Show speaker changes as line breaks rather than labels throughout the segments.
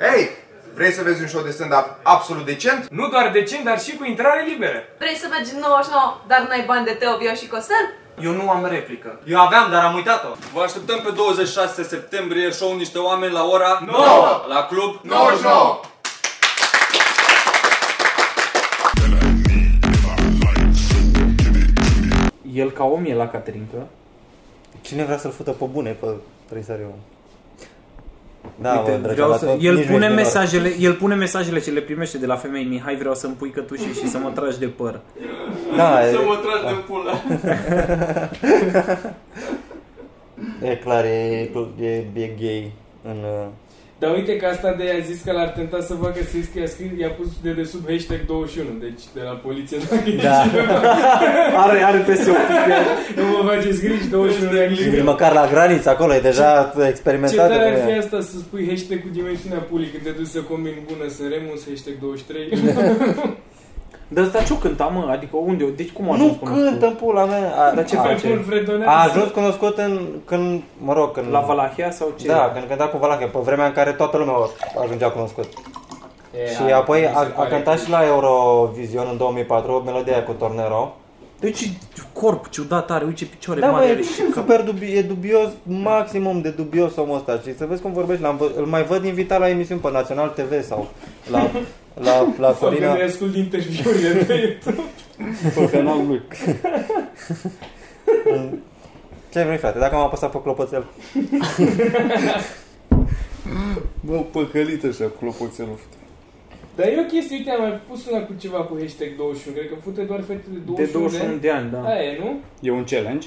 Hei, vrei să vezi un show de stand-up absolut decent?
Nu doar decent, dar și cu intrare liberă.
Vrei să mergi în 99, dar n-ai bani de Teo, Vio și Costel?
Eu nu am replică.
Eu aveam, dar am uitat-o.
Vă așteptăm pe 26 septembrie, show Niște Oameni la ora 9, la club
99!
El ca om e la Caterinca.
Cine vrea să-l fută pe bune pe Trăisariu? Da,
Uite,
mă, drăgea,
vreau
la
să,
tot-
el,
nici nu
pune
e de la-
mesajele, el pune mesajele ce le primește de la femei Mihai vreau să-mi pui cătușe și să mă tragi de păr
Da,
Să mă
e,
tragi de pula.
e clar, e, e, e gay în... uh,
Dar uite că asta de a zis că l-ar tenta să facă sex, că i-a scris, i-a pus de sub hashtag 21, deci de la poliție nu e
Da.
Are, are PSO
Nu mă faceți griji, 21 de
E
ani.
măcar la graniță, acolo e deja
Ce
experimentat.
tare ar fi asta să spui hashtag cu dimensiunea pulii când te duci să combini bună să remus, hashtag 23.
Dar asta ce-o cânta, mă? Adică unde? Deci cum a ajuns
Nu
cunoscut?
cântă în pula mea. A,
Dar ce
a,
face?
Mult vredonează.
A ajuns cunoscut în, când, mă rog, când...
La Valahia sau ce?
Da, când cânta cu Valahia, pe vremea în care toată lumea o ajungea cunoscut.
E,
și
hai,
apoi
mi se
a, a
pare.
cântat și la Eurovision în 2004, melodia aia cu Tornero.
Deci ce corp ciudat are, uite ce picioare
Da,
mari
mă,
are
e
și cap.
super dubi, e dubios, maximum de dubios omul ăsta. Și să vezi cum vorbești, l-am, vă- îl mai văd invitat la emisiuni pe Național TV sau la, la, la, la
Sau când
Corina.
îi ascult interviurile pe YouTube.
Pe canalul lui. Ce vrei, frate? Dacă am apăsat pe clopoțel.
Bă, păcălit așa, clopoțelul.
Dar e o chestie, uite, am mai pus una cu ceva cu hashtag 21, cred că fute doar fete de 21
De 21 de ani, da.
Aia e, nu?
E un challenge?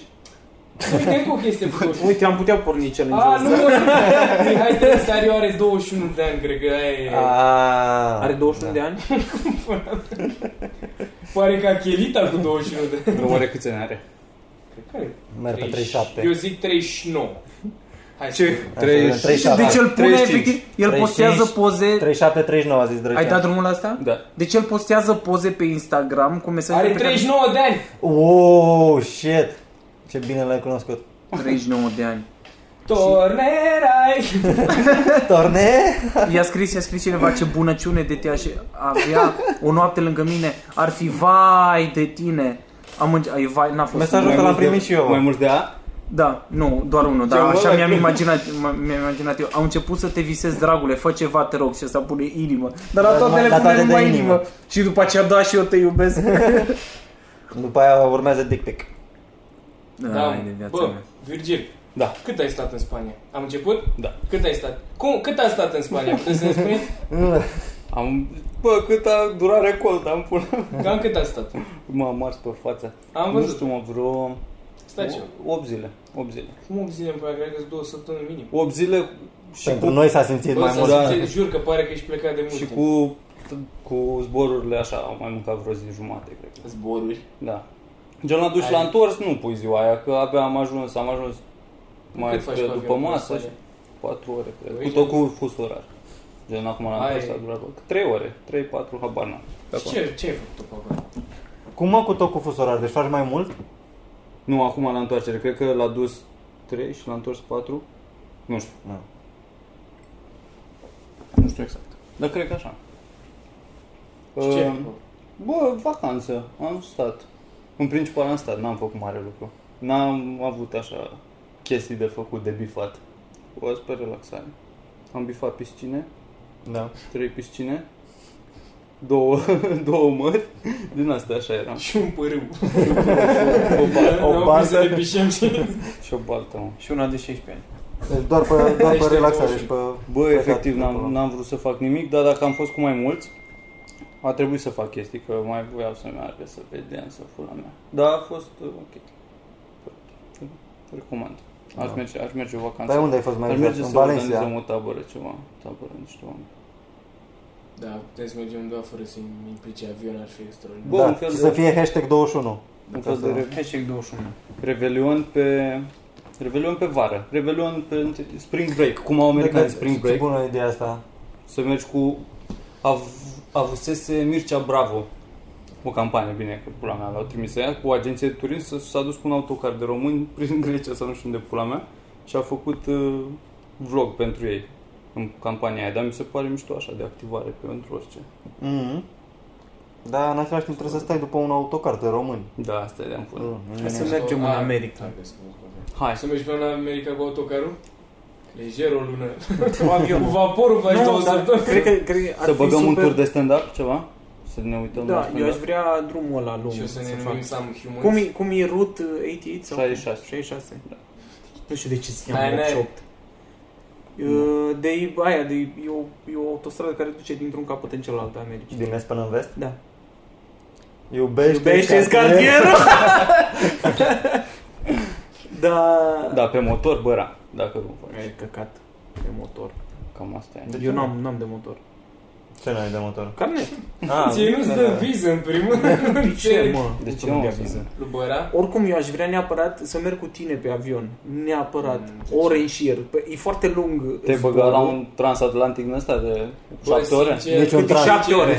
Uite, încă o chestie cu 21.
Uite, am putea porni
A, nu,
challenge-ul
nu,
ăsta.
nu. Mihai Tănăsariu are 21 de ani, cred că aia e.
Ah. Aaaa.
Are 21 de ani?
Pare ca Chelita cu 21 de ani.
Nu oare câți ani are?
Cred că are
Merg pe 37.
Eu zic 39. Hai
Ce?
să-
Hai să vedem, 37.
Deci el pune
35.
efectiv, el
35.
postează poze
37, 39 a zis
Ai dat
drăgea.
drumul la asta?
Da.
Deci el postează poze pe Instagram cu mesaje
Are
pe care-
39 de ani.
Oh, shit! Ce bine l-ai cunoscut.
39 de ani.
Tornerai.
Torne?
I-a scris, i-a scris cineva ce bunăciune de te-aș avea o noapte lângă mine. Ar fi vai de tine. Am mânci... Ai, vai, n-a fost.
Mesajul ăsta l-am primit și eu.
Mai
mă.
mulți de A?
Da, nu, doar unul, dar
Ce
așa
mă,
mi-am
cum?
imaginat, m- mi-am imaginat eu. Am început să te visez, dragule, fă ceva, te rog, și să pune inimă. Dar la
Dar
toate
la-
le
la
pune
toate de
numai inimă.
inimă.
inimă. Și după aceea, da, și eu te iubesc.
După aia urmează dick pic.
Da,
Ai de viața
bă,
mea.
Virgil.
Da.
Cât ai stat în Spania? Am început?
Da.
Cât ai stat? Cum, cât a stat în Spania? Puteți să ne spuneți?
Am... Bă, câta durare cold am pula.
Cam cât a stat?
M-am mars pe față.
Am
Nu
văzut.
știu, mă, vreo...
Stai ce?
8 zile. 8 zile.
Cum 8 zile în păi, cred că două săptămâni minim.
8 zile și
Pentru
cu,
noi s-a simțit
Bă,
mai mult.
să simți, jur că pare că ești plecat de mult
și
timp.
cu, cu zborurile așa, am mai mâncat vreo zi jumate, cred. că.
zboruri.
Da. Gen la duș
Ai-
la întors, nu pui ziua aia, că abia am ajuns, am ajuns mai
Cât faci Păi
pe,
cu
după
avionul
masă,
în Spania?
4 ore, cred.
Doi
Cu tot cu fusul orar. Gen acum la
Ai-
întors a durat 3 ore, 3-4, habar n-am. Pe
Și
acolo.
ce, ce ai făcut tu pe acolo?
Cum mă cu tot cu fusul orar? Deci faci mai mult?
Nu, acum la întoarcere, cred că l-a dus 3 și l-a întors 4. Nu știu.
Da.
Nu știu exact. Dar cred că așa.
Și ce ai
Um,
făcut?
Bă, vacanță. Am stat. În principal am stat, n-am făcut mare lucru. N-am avut așa chestii de făcut, de bifat. O azi pe relaxare. Am bifat piscine,
Da.
trei piscine, două, două mări, din asta așa eram.
Și un pârâu.
O baltă,
O bază.
de pișem și...
și o baltă, mă.
Și una de 16 ani.
Deci doar pe, doar pe
Ești
relaxare
emotion.
și pe...
Bă,
plecat
efectiv,
acolo.
n-am, n-am vrut să fac nimic, dar dacă am fost cu mai mulți, a trebuit să fac chestii, că mai voiau să meargă, să vedeam, să fula mea. Dar a fost uh, ok. Păi, Recomand. Aș,
Da.
merge, aș merge o vacanță.
Dar unde ai fost mai
Ar
exact?
merge
În
să
Valencia.
organizăm o tabără ceva, tabără niște oameni.
Da, putem să mergem undeva fără să-i implice avion, ar fi extraordinar.
Bă, un
Da.
fel
Și
de-
să fie hashtag 21.
Un fel de re-
Hashtag 21.
Revelion pe... Revelion pe vară. Revelion pe spring break. Cum au americanii spring break.
Ce bună ideea asta.
Să mergi cu... Av, avusese Mircea Bravo o campanie, bine, că pula mea l-au trimis ea, cu o agenție de turism să s-a dus cu un autocar de români prin Grecia sau nu știu unde pula mea și a făcut uh, vlog pentru ei. în campania aia, dar mi se pare mișto așa de activare pentru orice.
Mhm. Da, în același timp trebuie să stai după un autocar de români.
Da, asta e am pune.
Mm.
Hai să mergem în
Ah,
America.
hai că să mă scoate.
Hai,
Să mergi până în America cu autocarul? Lejer o lună.
Cu
Cu
avionul.
vaporul faci două
Nu, dar
săptămâni.
cred că, cred că ar
să
fi
băgăm
super...
un tur de stand-up, ceva? Să ne uităm la
Da, eu aș
stand-up?
vrea drumul ăla lung
Și o să ne
fac.
numim Sam Humans.
Cum e, cum e Root 88 sau
66.
66?
Da.
Nu știu de ce se
N-ai,
cheamă
n-ai.
88.
Da.
E, De aia, de e o, e o autostradă care duce dintr-un capăt în celălalt al Americii.
Din est până în vest?
Da.
Iubește,
Iubește cartierul! da.
Da, pe motor, băra, dacă nu faci.
E căcat de motor.
Cam asta e.
De ce
Eu
nu?
n-am, n-am de motor.
Ce n-ai de motor?
Carnet.
Ah,
Ție nu-ți
da,
dă
da.
viză în primul rând.
De ce, mă?
De
Nu
ce
mi-a
mă
viză.
să-
Lubăra?
Oricum, eu aș vrea neapărat să merg cu tine pe avion. Neapărat. Ore în șir. Păi, E foarte lung.
Mm, Te
zborul.
băga la un transatlantic din ăsta de 7 ore?
Deci un
Câte
trans.
șapte ore.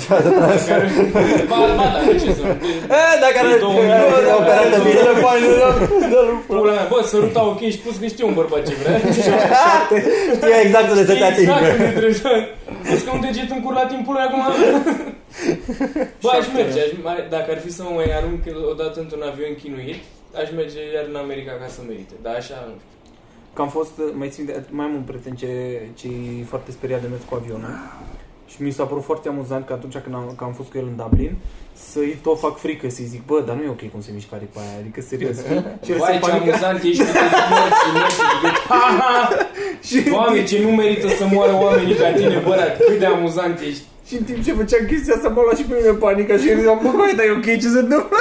Ba, ba, da, de ce să
E, Eh, dacă
E două minute.
are operată de telefon, dă-l pula.
Pula mea, bă, săruta ok și pus că știe un bărbat ce vrea.
Știa exact unde să te
Exact
atingă.
unde trebuie Vezi că un deget în cur la timpul lui acum? Bă, aș merge, aș, mai- dacă ar fi să mă mai arunc odată într-un avion chinuit, aș merge iar în America ca să merite. Dar așa, nu știu.
Că am fost, mai țin, de- mai am un prieten ce, ce e foarte speriat de mers cu avionul și mi s-a părut foarte amuzant că atunci când am, că am fost cu el în Dublin să-i tot fac frică, să-i zic, bă, dar nu e ok cum se mișcă aripa aia, adică serios. și el se
Vai, ce
panică
amuzant ești cu dezmorții noștri. Ha, ha!
și,
Doamne, ce nu merită să moară oamenii ca tine, bărat. Cât de amuzant ești.
și în timp ce făceam chestia asta, m-a luat și pe mine panica și eu ziceam, bă, băi, dar e ok, ce se întâmplă?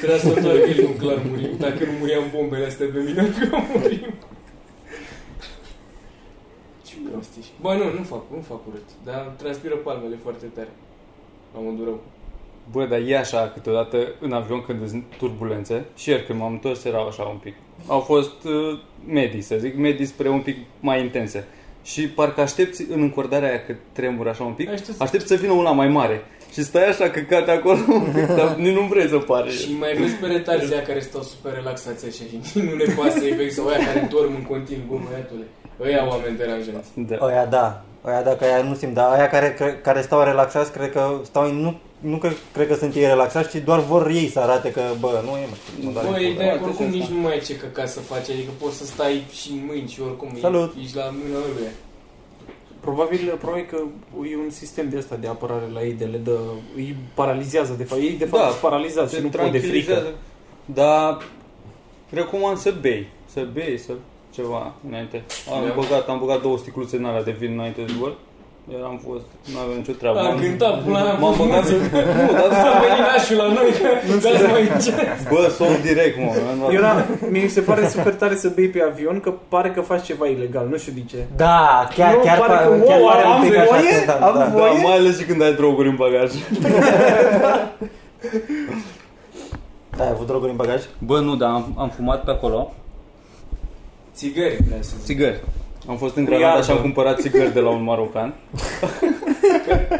Trebuia să doar că nuclear murim. Dacă nu muriam bombele astea pe mine, că murim. Ce prost ești. Bă, nu, nu fac, nu fac urât. Dar transpiră palmele foarte tare. La modul rău.
Bă, dar e așa câteodată în avion când sunt turbulențe și ieri când m-am întors erau așa un pic. Au fost uh, medii, să zic, medii spre un pic mai intense. Și parcă aștepți în încordarea aia că tremură așa un pic,
Aștept-
aștepți să vină una mai mare. Și stai așa căcat acolo un pic, dar nici nu vrei să pare.
Și mai vezi pe retarzi care stau super relaxați așa și nu le pasă efect sau aia care dorm în continuu, bă, băiatule. Ăia oameni deranjați.
Da.
Aia da, aia da, că aia nu simt, dar aia care, cre- care stau relaxați, cred că stau, nu, nu că, cred că sunt ei relaxați, ci doar vor ei să arate că, bă, nu Da, e, mă, știu, mă,
Bă,
doare
e
pula.
de acord, oricum nici nu mai e ce căcat să faci, adică poți să stai și în mâini și oricum e-
Salut.
ești la mâna lui.
Probabil, uh, probabil că e un sistem de asta de apărare la ei, de le dă, îi paralizează, de fapt, ei de fapt
Da,
sunt paralizați și nu pot de frică.
Dar recomand să bei, să bei, să ceva înainte. Am
Da.
băgat, am băgat două sticluțe în alea de vin înainte de zbor. Iar am fost, nu aveam nicio treabă.
Am
Am-
cântat, până la
M-am băgat să... Nu, dar
Să veni nașul la noi, că să mai încet.
Bă, somn direct, mă.
Eu n-am, mi se pare super tare să bei pe avion, că pare că faci ceva ilegal, nu știu de ce.
Da, chiar,
Nu,
chiar,
pare
pare,
că,
chiar
wow,
pare un
am
pic așa
voie?
tentant,
Am
da.
voie?
Da, mai ales și când ai droguri în bagaj.
Da, ai avut droguri în bagaj?
Bă, nu, dar am, am fumat pe acolo
Țigări, vreau să zic.
țigări. Am fost în Granada și am cumpărat țigări de la un marocan.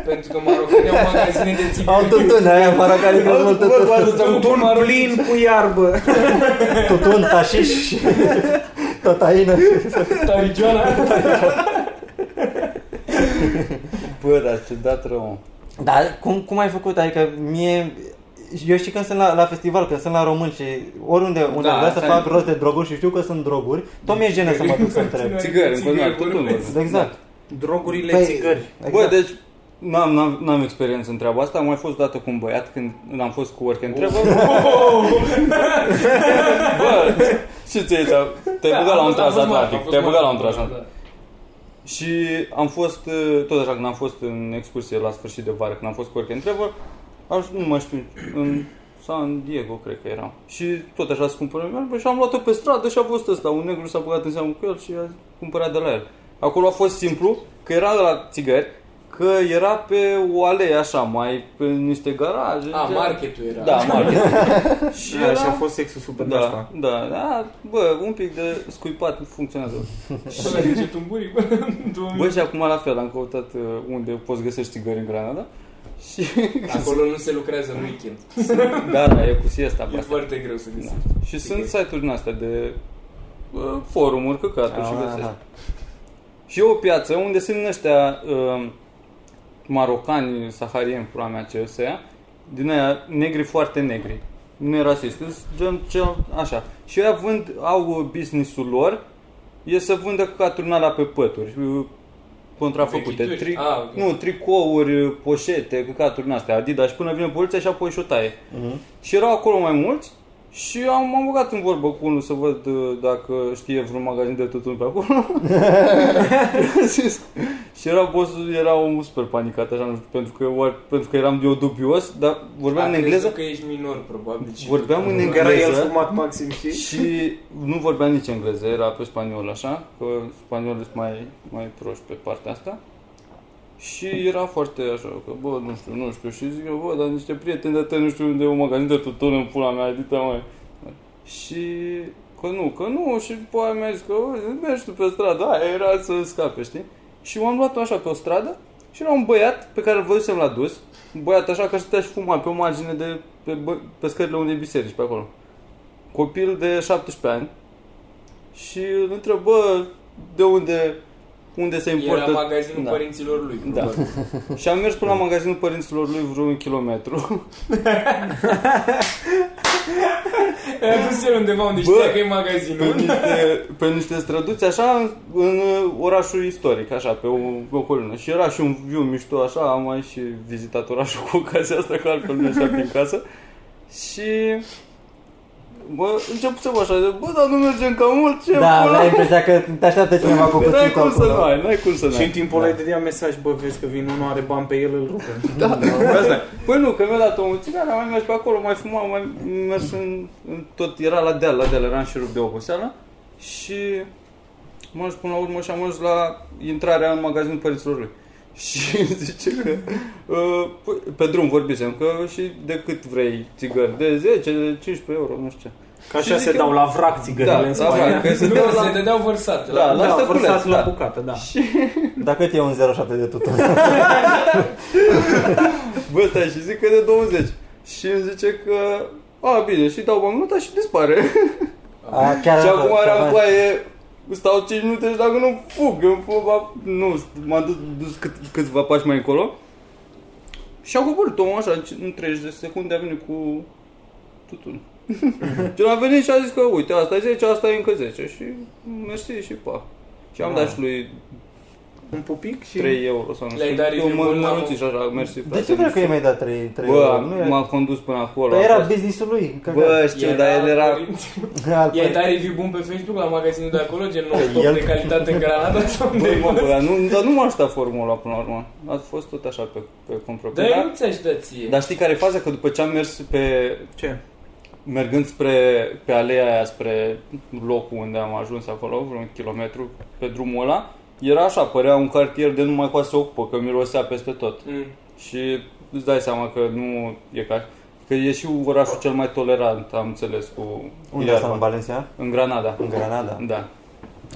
Pentru că marocanii au magazine de
Au
țigări.
tutun, aia, marocanii că mult tutun,
Tutun plin cu iarbă.
tutun, tașiș, totaină.
Tarigioana.
Bă, dar ce dat rău, mă.
Dar cum, cum ai făcut? Adică mie... Eu știu când sunt la, la festival, când sunt la români și oriunde unde
Da,
da, vreau să
asta
fac
e.
rost de droguri și știu că sunt droguri, tot mi-e jenă să mă duc să întreb.
Țigări, în continuare,
Țigări,
tutun.
vorbesc.
vorbim.
Exact.
Drogurile
Păi,
țigări.
Exact.
Bă, deci N-am, n-am, n-am experiență în treaba asta, am mai fost dată cu un băiat când am fost cu Work and Travel.
Oh.
Bă, și ție ți-a- te-ai
Da,
băgat
a
la un
fost- a fost marfă, a
transatlantic,
fost
te-ai băgat la un
marfă,
transatlantic. Și am fost, uh, tot așa, când am fost în excursie la sfârșit de vară, când am fost cu Work and Travel, am, nu mai știu, în San Diego, cred că eram. Și tot așa să cumpărăm iarbă și am luat-o pe stradă și a fost ăsta. Un negru s-a băgat în seamă cu el și a cumpărat de la el. Acolo a fost simplu, că era la țigări, că era pe o alee așa, mai pe niște garaje.
da. A,
gen-
marketul era.
Da, market. și
Da,
era...
și a fost sexul super da.
da, da, da, bă, un pic de scuipat funcționează.
Bă, la degetul în burii, bă. Două
Bă,
mii.
și acum la fel, am căutat uh, unde poți găsești țigări în Granada și
Acolo nu se lucrează în weekend.
da, da, e cu siesta pe
E
asta.
foarte greu să găsești.
Și sunt site-uri din astea de uh, forumuri, căcaturi și
Ah,
găsești.
da.
Și e o piață unde sunt din ăștia uh, marocani, saharieni, pula mea, ce ăstea, din aia negri foarte negri. Nu e rasist, sunt gen cel, așa. Și ei vând, au uh, business-ul lor, e să vândă caturi alea pe pături, uh, contrafăcute.
Vechituri?
Tri-
Ah, ok.
Nu, tricouri, uh, poșete, căcaturi din astea, Adidas, și până vine poliția și apoi și o taie. Și erau acolo mai mulți și am, m-am băgat în vorbă cu unul să văd uh, dacă știe vreun magazin de tutun pe acolo. Și a zis- și era bossul, era omul super panicat, așa, nu știu, pentru că, oare, pentru că eram eu dubios, dar vorbeam
A
în
crezut
engleză.
că ești minor, probabil. și
Vorbeam
tu-
în
Că era el
engleză
fumat maxim și...
și nu vorbeam nici engleză, era pe spaniol așa, că spaniolii sunt mai, mai proști pe partea asta. Și era foarte așa, că bă, nu știu, nu știu, și zic eu, bă, dar niște prieteni de tăi, nu știu unde, e un magazin de tutun în pula mea, dita mai. Și că nu, că nu, și după aia mi-a zis că bă, mergi tu pe stradă, aia era să scape, știi? Și m-am luat așa pe o stradă și era un băiat pe care îl văzusem la dus, un băiat așa că stătea și fuma pe o margine de, pe, bă, pe scările unei biserici, pe acolo. Copil de 17 ani și îl întrebă bă, de unde, unde se importă...
Era magazinul
Da.
părinților lui.
Da.
probabil.
Și am mers până la magazinul părinților lui vreo un kilometru.
Era dus el undeva unde
Bă!
știa că e
Pe
magazinul.
niște, pe niște străduți, așa, în, în orașul istoric, așa, pe o, pe o colonă. Și era și un viu mișto, așa, am mai și vizitat orașul cu ocazia asta, că altfel nu ieșeam din casă. Și... Bă, începusem așa, de, bă, dar nu mergem ca mult, ce
Da,
pula
am impresia că te așteaptă cineva cu
N-ai
cuțitul
cum să nu da.
acolo.
ai, n-ai cum să nu
Și în
ai.
timpul ăla dădea mesaj, bă, vezi că vin unul, are bani pe el, îl rupem.
Da.
da.
Asta e. Păi nu, că mi-a dat o mulțime, am mai mers pe acolo, mai fumam, mai mers în, în tot, era la deal, la deal, eram și rupt de oboseală și m-am ajuns până la urmă și am ajuns la intrarea în magazinul părinților lui. Și îmi zice că uh, păi, pe drum vorbisem că și de cât vrei țigări, de 10, de 15 euro, nu știu ce.
Ca așa
Și zic
se
eu-
dau la vrac țigările
Da,
în
da,
Spania.
că se
Nu,
dau
se
la...
dădeau vărsate. la-
Da, la
da,
stăpâneț,
vărsați la
da.
bucată, da.
Dar cât e un 07 de tutun?
Bă, stai și zic că e de 20. Și îmi zice că, a, bine, și dau bancnota și dispare.
A, chiar
Și
asta,
acum
chiar
eram
asta.
baie, stau 5 minute și dacă nu fug, eu fug, ba- nu, m-am dus, dus cât, câțiva pași mai încolo. Și a coborât omul așa, în 30 de secunde a venit cu tutun. și a venit și a zis că uite, asta e 10, asta e încă 10 și mersi și pa. Și
Da.
am dat și lui
Un pupic și...
3 euro sau nu
Le-ai
știu,
dat
eu mă,
review-ul la
mă ruți și așa, mersi frate.
De ce
nu
vrei că
știu.
i-ai mai dat 3, 3
Bă,
euro? Nu e-
m-a condus până acolo.
Păi
a
era
fost-
businessul lui. căcat.
Bă, știu, dar el era...
Altfel.
I-ai dat review bun pe Facebook la magazinul de acolo, gen nou stop
Păi- El-
de calitate în Granada sau unde
Băi,
ai
mă,
fost?
bă, dar nu, dar nu m-a ajutat formula până la urmă. A fost tot așa pe, pe
Da, eu
compropriu.
nu ți-aș da ție.
Dar știi care e faza? Că după ce am mers pe...
Ce?
Mergând spre, pe aleea aia, spre locul unde am ajuns acolo, vreun kilometru pe drumul ăla, era așa, părea un cartier de numai coase ocupă, că mirosea peste tot.
Mm.
Și îți dai seama că nu e ca... Că e și orașul cel mai tolerant, am înțeles, cu
Unde
iarba.
asta în Valencia?
În Granada.
În Granada.
Da.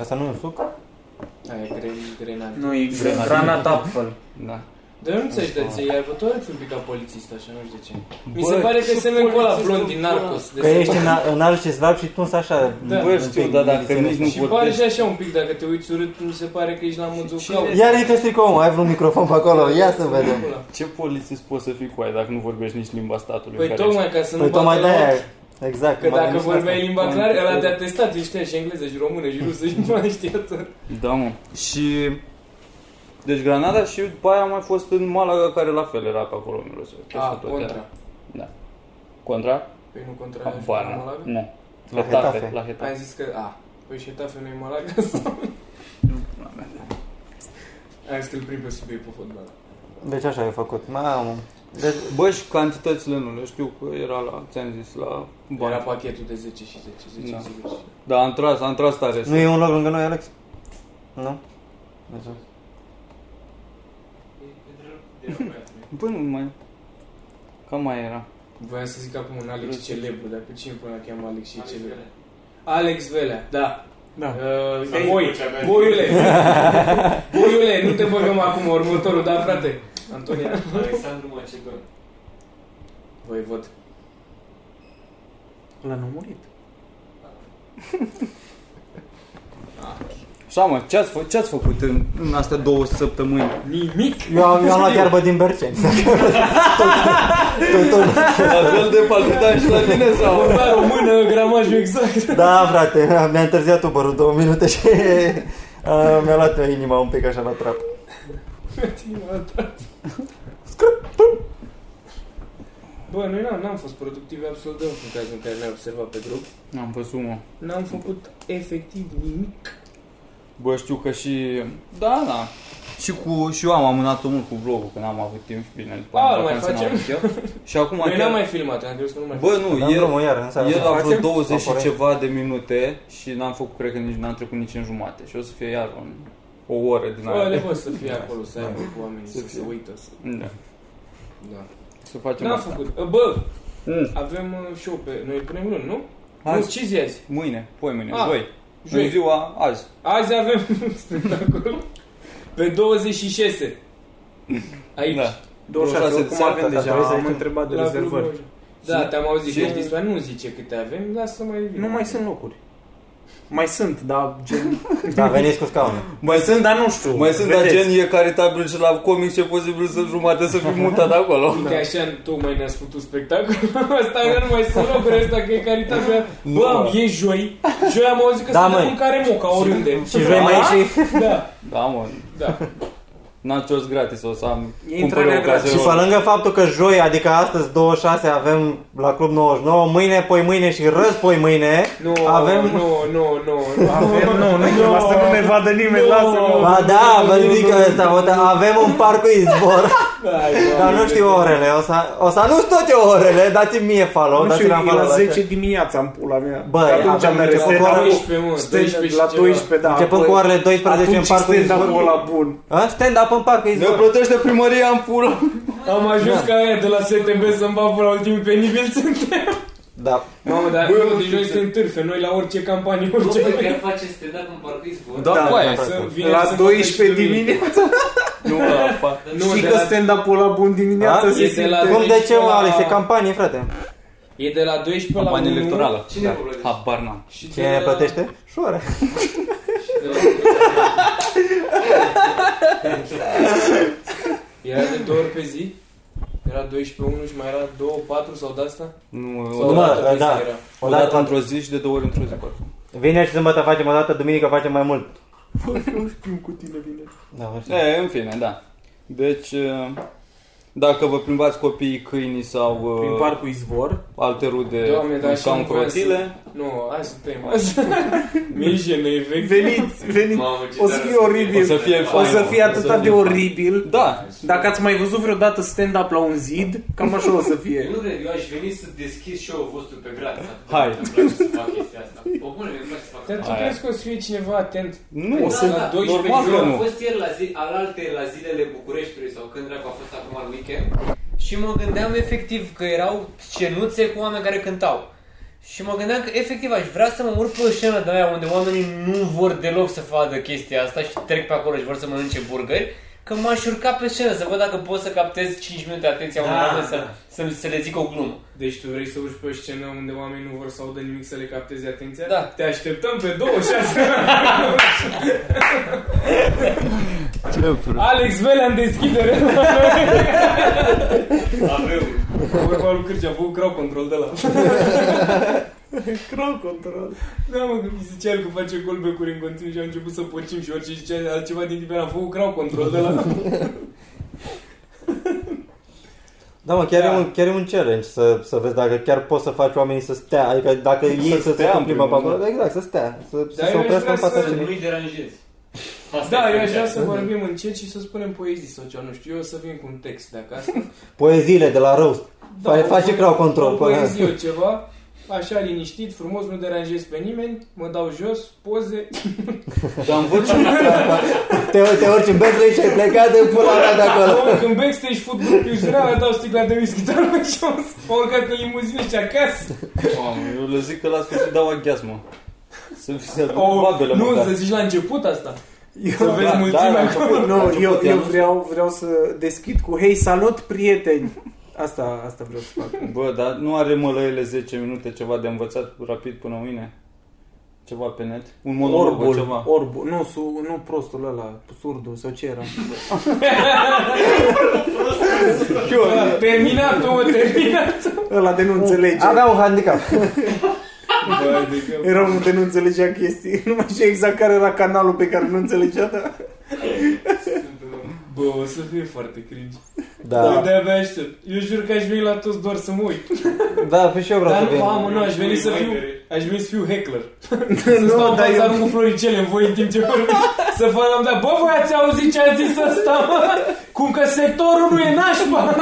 Asta nu e un suc?
Aia e gre- grenat.
Nu, e granat apfel.
Da.
Dar eu nu ți-aș da ție, iar vă tu arăți un pic ca polițist, așa, nu știu de ce. Mi
Bă,
se pare că
ce
semeni cu ăla
polițist
blond
în
din
pula mea.
Narcos. de
Că
se-
ești în- înalt și slab și tuns așa.
Da.
Bă,
un
știu,
pic
da, dacă
milisenet.
nici nu
Și pare și
vorbești...
așa un pic, dacă te uiți urât, mi se pare că ești la modul
Și
cau.
cine-
Iar e stricou, ai vreun microfon pe acolo, ia să vedem.
Ce polițist poți să fii cu aia dacă nu vorbești nici limba statului? în
Păi
care
tocmai ca să nu
Păi tocmai
bată
de
la
aia,
ochi.
exact.
Că
m-am
dacă
gândit la
vorbea
asta.
limba clară,
păi,
ăla
da.
de atestat, îi știa și engleză, și română, și rusă, și nu mai știa tot.
ești. Da, mă. Și... Deci Granada și după aia am mai fost în Malaga, care la fel era pe acolo, miros.
A, Ah, contra.
Contra?
Păi nu contra,
A,
aia și
Barna.
Malaga?
Nu.
La
La Hetafe.
Hetafe.
La
Ai
Hetafe.
zis că, a, păi și etafe nu-i Malaga sau? Ai zis că îl prind pe subiect pe fotbal.
Deci așa ai făcut. Mamă. Deci,
Bă, și cantitățile nu le știu, că era la, ți-am zis, la
Era
bani.
pachetul de 10 și 10, 10
Da.
și 10.
Da, am tras, am tras tare.
nu e un loc lângă noi, Alex? Nu? Deci,
Bă, nu mai... Cam mai era.
Voiam să zic acum un Alex celebru, dar pe cine până la cheamă Alex și celebru? Alex Velea, da.
Da.
Uh, boi, boiule, boiule, nu te băgăm acum următorul, da frate? Antonia.
Alexandru Macedon.
Voi văd.
L-a murit.
Așa mă, ce-ați, fă- ce-ați făcut în, în astea două săptămâni?
Nimic.
Eu am, eu am luat iarbă din Berceni. tot, tot,
La fel de palpitant și la tine sau?
Vorbea română, gramajul exact.
Da, frate, mi-a întârziat Uber-ul două minute și uh, mi-a luat eu inima un pic așa la trap.
Bă, noi n-am, n-am fost productivi absolut deloc în cazul în care ne-am observat pe grup.
Am văzut, mă.
N-am făcut efectiv nimic.
Bă, știu că și... Da, da. Și, cu, și eu am amânat-o mult cu vlogul, că n-am avut timp și bine. După
A,
aia
îl Da, mai
vacanțe n-am
facem?
avut eu. Și acum...
Noi
chiar-
n-am mai filmat, am crezut că nu mai
Bă, nu,
Dăm
Păi el,
drumul iar, în seara
el
asta.
a vreo
Facem?
20 și
Apare.
ceva de minute și n-am făcut, cred că nici n-am trecut nici în jumate. Și o să fie iar un, o oră din
Bă, le
aia.
bă să fie acolo, să aibă cu oamenii, să se
fie.
uită, să...
Da.
Da.
Să facem
N-am
asta.
făcut. Bă,
Mm.
avem uh, show pe... Noi punem luni, nu? Nu,
Azi,
ce zi e azi?
mâine, poi mâine,
A,
joi. În
Ah, Joi.
ziua, azi.
Azi avem spectacol pe 26. Aici.
Da.
26,
Douăzeci și
cum
șase,
avem
da,
deja,
trebuie să
am
zicem.
întrebat de
La
rezervări.
Cluj. Da, te-am auzit.
Și-
Și ești dispar, nu zice câte avem, lasă mai vin.
Nu mai sunt locuri. Mai sunt, dar gen...
Da, veniți cu scaune.
Mai sunt, dar nu știu.
Mai sunt, dar
Vedeți.
gen e caritabil și la comic ce e posibil să jumate să fi mutat acolo. Da.
Uite, așa tocmai ne-a făcut spectacolul ăsta, că nu mai sunt locuri ăsta, că e caritatea. Bă, am, e joi. Joi am auzit că
Da,
da, se dă
măi.
mâncare moca oriunde.
Și joi mai ieși
Da,
Da, mă,
da.
nachos gratis o să am.
E
Cumpăr
intrarea
eu
gratis.
Și pe
caserolă.
lângă faptul că joi, adică astăzi 26 avem la Club 99, mâine, poi mâine și răspoi mâine
Nu,
avem...
nu, nu, nu.
Avem, nu, nu, no. asta nu ne vadă nimeni,
Nu.
lasă-mă.
Ba da, vă zic că ăsta, vă da- avem un parc cu izvor,
Hai,
dar
Doamne,
nu știu orele, o să, o să anunț toate orele, dați-mi mie follow,
Nu știu,
dați-mi
e la
follow.
10 dimineața în pula mea.
Bă,
Că atunci
avem
am
început
reset
cu
la
12, mă, 12 și
la
ceva.
12, da.
Începând
bă,
cu orele 12 în
Atunci
parcul
stand
izvor.
up la bun.
A, stand-up în parcul
Ne
izvor.
plătește primăria în pulă.
Am ajuns ca aia de la STB să-mi bapă la ultimul penibil suntem.
Da.
Mamă, dar
Bă,
nu,
nu
deci
știu
noi
ce.
suntem târfe, noi la orice campanie, orice...
face stand-up în parcă izvor.
Da,
Da,
da, aia.
Să vină să
La
mă
12
ferești de mine.
dimineața.
Nu, apa.
Nu,
Știi
de
că
la-
stand-up-ul la bun dimineața
A?
se
Este
simte.
la-
Cum de ce, mă,
la-
Alex? E campanie, frate.
E de la 12 la 1.
Campanie electorală. Da.
Cine vă plătește?
Habar n-am.
Și de
Cine ne
la-
plătește? Șoare.
de la- Era de două ori pe zi? Era 12 pe 1 și mai era 2, 4 sau de asta?
Nu,
Sau
Bă,
o
o dată pe
da.
zi era?
o dată într-o zi și de două ori într-o zi. parcă.
Vineri și sâmbătă facem o dată, duminică facem mai mult. Da, vă știu.
E, în fine, da. Deci, eh, dacă vă plimbați copiii, câinii sau
Prin
eh,
parcul izvor.
alterul de
Doamne, dar și
sau
nu
în
voiam
crotile,
Nu, hai să tăiem asta. Mi-e jenă, efectiv.
Veniți, veniți.
Mamă, ce
O să
tare
fie oribil.
o să fie
O
fain,
să fie
mă, o să
atât de
fie fain.
oribil.
Da,
Dacă ați mai văzut vreodată stand-up la un zid, cam așa o să
Eu
fie.
nu cred, eu aș veni să deschid show-ul vostru pe gratis.
Hai.
Îmi place să fac chestia asta. O bună, mi place să fac
Dar tu
Aia.
crezi că o să fie cineva atent?
nu, o
Da,
să...
da. 12
normal
Eu
că
am
nu.
fost ieri la zi, alaltăieri la zilele Bucureștiului sau când dracu a fost acum în weekend și mă gândeam efectiv că erau scenuțe cu oameni care cântau. Și mă gândeam că efectiv aș vrea să mă urc pe o scenă de aia unde oamenii nu vor deloc să facă chestia asta și trec pe acolo și vor să mănânce burgeri, că m-aș urca pe scenă să văd dacă pot să captez 5 minute atenția da, unor oameni să, să, să le zic o glumă.
Deci tu vrei să urci pe o scenă unde oamenii nu vor să audă nimic să le capteze atenția?
Da.
Te așteptăm pe 26. Alex Velea în deschidere.
Avem.
Vorba lui Cârcea, a făcut crowd control de la.
Crow control.
Da, mă, că mi zicea el că face callback-uri în continuu și am început să pocim și orice zicea altceva din tipul ăla, am făcut crowd control de la.
Da, mă, chiar,
Da.
E un, chiar e un challenge să, să vezi dacă chiar poți să faci oamenii să stea, adică dacă ei să se
stea, în
plimbă pe
primul
acolo, exact, să stea, să, să
Dar
se
eu aș vrea
oprească în fața
să-
celui.
Nu-i deranjez. Asta
Da,
e
eu aș vrea
ideea.
să vorbim încet și să spunem poezii sau ceva, nu știu, eu o să vin cu un text de acasă.
Poeziile de la roast.
Da,
Fa- păi,
o-
faci și crowd control,
O
până la-
poezie, eu ceva, așa liniștit, frumos, nu deranjez pe nimeni, mă dau jos, poze.
Dar am văzut
Te, te urci în Bentley și ai plecat de pula mea de acolo.
Mă urc în backstage, fut grupul Iuzina, dau sticla de whisky, dar mă jos. Mă urcat în limuzină și acasă.
Oameni, eu le zic că la sfârșit dau aghiaz, mă. Să vi se aduc
O,
babele,
nu,
măcar.
să zici la început asta.
Da,
Eu,
Să vezi
la
mulțimea.
început, la
nu,
început,
eu, eu
i-am-
vreau, vreau să deschid cu Hei, salut, prieteni! Asta, asta vreau să fac.
Bă, dar nu are mălăele 10 minute ceva de învățat rapid până mâine? ceva pe net. Un
Orbul,
monolog ceva.
orbul, nu, su, nu prostul ăla, surdul sau ce era.
da,
Terminat-o, terminat
ăla de nu înțelege.
Avea un handicap.
Era unul de nu înțelegea chestii. Nu mai știu exact care era canalul pe care nu înțelegea, dar...
Bă, o să fie foarte cringe. Eu
Da.
de-abia aștept. Eu jur că aș veni la toți doar să mă uit.
Da, pe și eu vreau
Dar
să
nu,
vin.
mamă, nu, aș veni să fiu, aș veni să fiu heckler. Să stau în fața lui cu floricele în voi în timp ce vorbim. Să fac am dat, bă, voi ați auzit ce a zis ăsta, mă? Cum că sectorul nu e nașpa.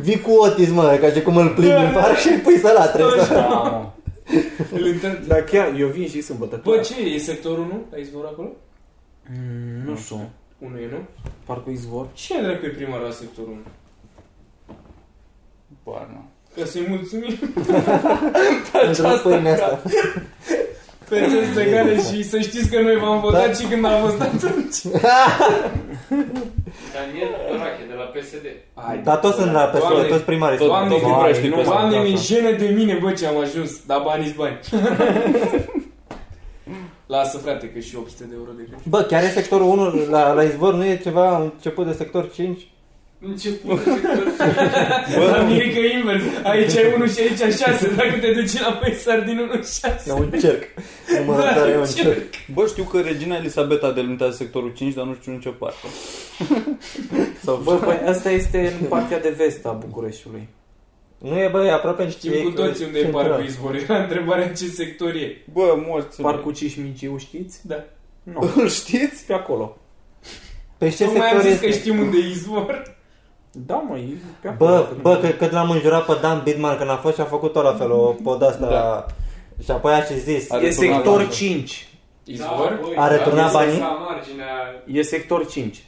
Vii cu otis, mă, ca și cum îl plimbi în parc și îi pui să latre.
Da, mă.
Îl întreb,
Dar chiar, eu vin și sâmbătă.
Bă, ce e? E sectorul nu? La izvor acolo?
Mm, nu știu.
Unul e, nu?
Parcul Izvor.
Cine dracu e primar la sectorul 1?
Barna.
Ca să-i mulțumim
Într-o pâine asta.
pe această care și să știți că noi v-am votat și când a fost atunci.
Daniel Dorache, de la PSD.
Dar toți sunt la PSL,
Doamne,
toți primarii. sunt.
Doamne,
Toți
Doamne,
primarii,
Doamne,
știi,
Doamne
pe
mi-e
asta.
jenă de mine, bă, ce am ajuns. Dar banii bani. Lasă, frate, că și 800 de euro de Crăciun.
Bă, chiar e sectorul 1 la, la izvor, nu e ceva început de sector 5?
Început.
La mine că e invers. Aici ai 1 și aici 6. Dacă te duci înapoi, sar din 1
E
6.
un cerc.
Da,
Mă, dar e un cerc.
Bă, știu că regina Elisabeta delimitează sectorul 5, dar nu știu în ce parte. Sau
Bă, păi asta este în partea de vest a Bucureștiului.
Nu e, bă, e aproape
Știm cu toții unde e parcul izvor. Era întrebarea ce sector e.
Bă, morți.
Parcul Cismigiu, știți?
Da.
Nu,
Îl știți?
pe acolo.
Pe Păi ce
Tocmai am
sector
zis că
este?
știm unde e izvor.
Da, mă, e pe acolo.
Bă, bă, că, că l-am înjurat pe Dan Bidman când a fost și a făcut tot la fel o pod asta.
Da.
Și apoi a și zis.
Are
E
returnat
sector
banii.
5.
Izvor?
băi,
A returnat
da,
banii?
La marginea...
E sector 5.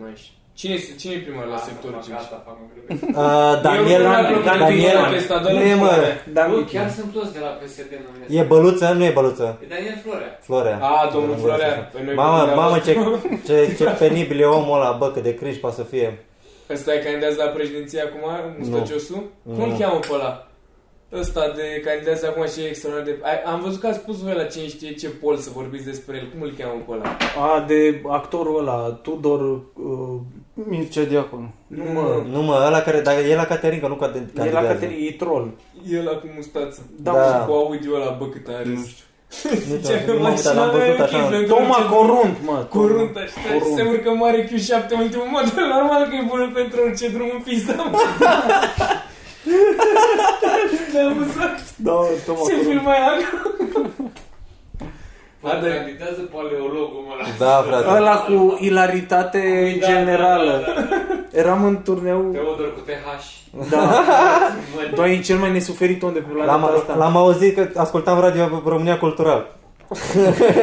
Nu știu. Cine este, cine e primar la sectorul 5?
Asta fac o grăbire.
Uh, Daniel,
Eu nu am
Daniel,
propriu-zis, dar doar
nu
în
e, mă,
culoare.
Dar
Da, Bă, chiar sunt toți de la PSD numesc.
e băluță, nu e băluță,
E Daniel Florea.
Florea.
A, domnul Florea. Păi noi
Mamă,
când am
mamă,
fost-
ce, ce, ce penibil e omul ăla, bă, cât de cringe poate să fie.
Ăsta e candidat la președinție acum, Mustăciosu? Cum îl cheamă pe ăla? Ăsta de candidat acum și e extraordinar de... Ai- Am văzut că a spus voi la cine știe ce pol să vorbiți despre el. Cum îl cheamă pe ăla?
A, de actorul ăla, Tudor... Uh,
Mircea Diaconu.
nu, mă,
Nu mă, ăla care, dacă e la Caterin, că nu cade-
e la
candidează.
Caterin, e troll.
E ăla cu mustață.
Da,
Da.
da.
Cu audio ăla, bă, cât a
Nu
râs.
știu.
Zicea că
nu, dar
mașina
l-am
mea e
văzut
ok,
așa.
pentru că
Toma
merge
Corunt, mă.
Corunt, așa, și se urcă mare Q7 în ultimul model. Normal că e bună pentru orice drum în pizza, mă. Ne-am amuzat.
Da, Toma
Ce
Corunt.
film mai acolo?
Da,
Mă, candidează paleologul, mă, la...
Da, frate.
Ăla cu ilaritate generală.
Da, da, da.
Eram în turneu,
Teodor cu TH.
da,
Mă,
doar e cel mai nesuferit om de pe
L-am,
planeta asta.
l-am auzit că ascultam Radio România Cultural.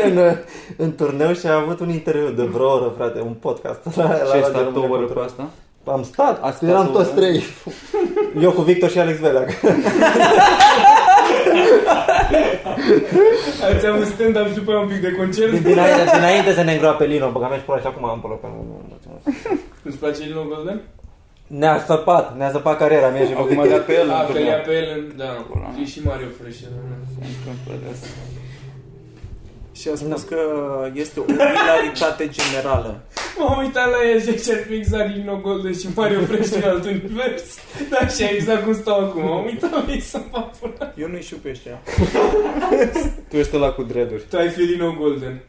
în, în turneu și a avut un interviu de vreo oră, frate, un podcast la, la
Și ai
Radio
stat
România
două ore pe
Cultural.
asta?
Am stat,
Ați stat
eram
două
toți
ore?
trei. Eu cu Victor și Alex Veleac.
Ați avut stand-up și după aia un pic de concert?
Din- Dinainte, dinainte să ne îngroape Lino, băga mea și pula și acum am pula pe mulțumesc.
Îți place Lino Golden?
Ne-a săpat, ne-a săpat cariera mea și mă
Acum
gândesc-
avea pe
Da,
el
A,
în
că ia
turneu.
pe el în... Da, e și Mario Freșel.
Și a spus
Da.
că este o ilaritate generală.
M-am uitat la el și zice, ar fi exact Lino Golden și Mario Freșel în alt univers. Da, și exact cum stau acum. M-am uitat la ei să mă pula.
Eu nu-i știu pe ăștia.
Tu ești la cu dreaduri.
Tu ai fi Lino Golden.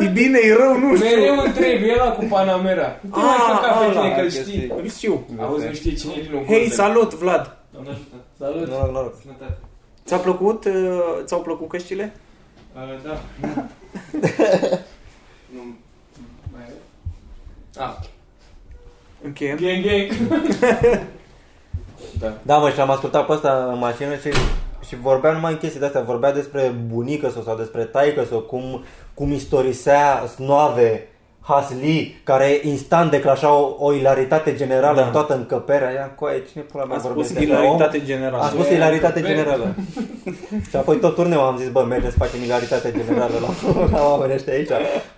E bine, e rău, nu
Mereu întreb, e ăla cu Panamera. Te
Ah,
mai căca pe
ăla,
tine că
că
știi.
știi.
Îl știu.
Auzi, nu știi cine e Lino Golden.
Hei, salut, Vlad!
Doamne ajută.
Salut.
Noroc, noroc.
Sănătate.
Ți-a plăcut? uh, Ți-au plăcut căștile?
Uh, Da. Nu mai are.
Ah,
Încheiem.
gang, gang.
Da, mă, și am ascultat pe ăsta în mașină și, și vorbea numai în chestii de-astea. Vorbea despre bunică sau, sau despre taică sau cum, cum istorisea snoave Hasli, care instant declașa o, o ilaritate generală da.
Da.
în toată încăperea. Ia, coaie, cine pula mea
A spus
vorbește? așa, om?
ilaritate
A
generală.
spus
Ce
ilaritate
încăpere.
generală. și apoi tot turneul am zis, bă, mergeți, facem ilaritate generală la, la oamenii ăștia aici,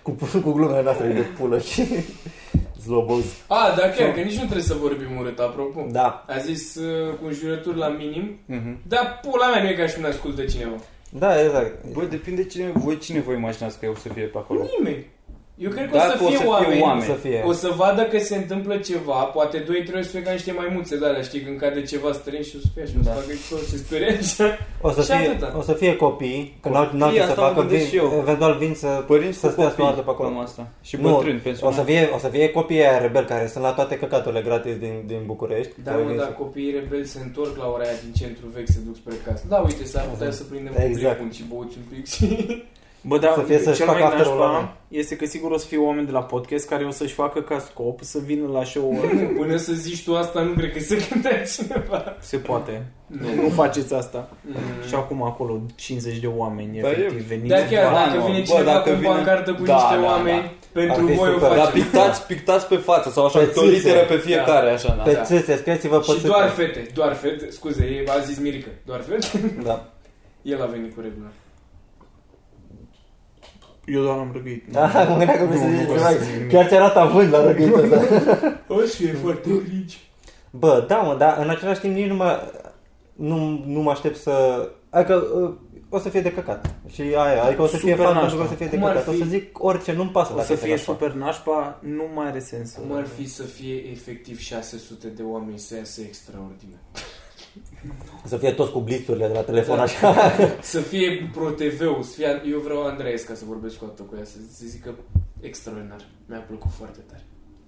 cu, cu glumele noastre de pulă și zloboz.
A, da, chiar, că nici nu trebuie să vorbim urât, apropo.
Da.
Mhm.
A zis uh, cu jurături la minim, dar pula mea nu e ca și cum ne ascultă cineva.
Da, exact.
Bă, depinde cine, voi cine vă imaginați că o să fie pe acolo.
Nimeni. Eu cred că
Dacă
o să fie oameni.
oameni.
Să fie.
O să vadă că se întâmplă ceva, poate 2-3 ori să ca niște maimuțe de alea, știi, când cade ceva strâng și o să fie așa, o să
Da.
facă că o să se sperie așa.
O să,
Și
fie,
atâta.
o să fie copii, că n-au, n-au ce să
asta mă
facă, vin,
gândesc și eu.
eventual vin să,
Părinți
să
să
stea
stea
să
copii,
pe acolo.
cam asta. Și bătrâni,
o să
pensionari.
fie, o să fie copiii aia rebeli care sunt la toate căcaturile gratis din, din București.
Da,
Care
mă,
vin
da,
să-
copiii rebeli se întorc la ora aia din centru vechi, se duc spre casă. Da, uite, s-ar putea să prindem
Exact.
exact. un și băuți un pic și...
Bă, da,
Să fie să-și
cel
facă
mai
afterul la noi.
nașpa este că sigur o să fie oameni de la podcast care o să-și facă ca scop să vină la show
Până să zici tu asta, nu cred că se gândea cineva.
Se poate.
Nu.
Nu faceți asta.
Mm.
Și acum acolo 50 de oameni
Păi,
Bă,
efectiv
eu-
veniți.
Da, chiar,
Ba,
dacă
nu,
vine
bă,
cineva
dacă
cu
vine-
o pancartă cu
Da,
niște
da, da.
oameni, pentru
Ar fi
voi o
super.
facem.
Dar pictați, pictați pe față sau așa,
Pe
câte o
țâțe.
literă pe fiecare, așa, da.
Pe
Da.
țâțe, scrieți-vă pe
Și
țâțe.
doar fete, doar fete, scuze, e- a zis Mirica, doar fete?
Da.
El a venit cu regulă.
Eu doar am râgâit.
Da, mă gândeam că vrei să
Nu,
zici
nu,
ceva.
să zic nimic.
Chiar ți arată având la răgâitul ăsta.
O să fie foarte cringe.
Bă, da, mă, dar în același timp nici nu mă, nu, nu mă aștept să... Adică uh, o să fie de căcat. Și aia, adică o să fie
Super
fan pentru
nașpa.
că o să fie de
Cum ar
căcat. O
fi?
să zic orice, nu-mi pasă
O
dacă
să
este
fie
nașpa.
super nașpa, nu mai are sens.
Cum ar fi să fie efectiv 600 de oameni să iasă extraordinar?
O Să fie toți cu blitzurile de la telefon
Da.
așa.
Să fie ProTV-ul, să fie... Eu vreau Andreea ca să vorbesc cu atât cu ea, să, să zică extraordinar. Mi-a plăcut foarte tare.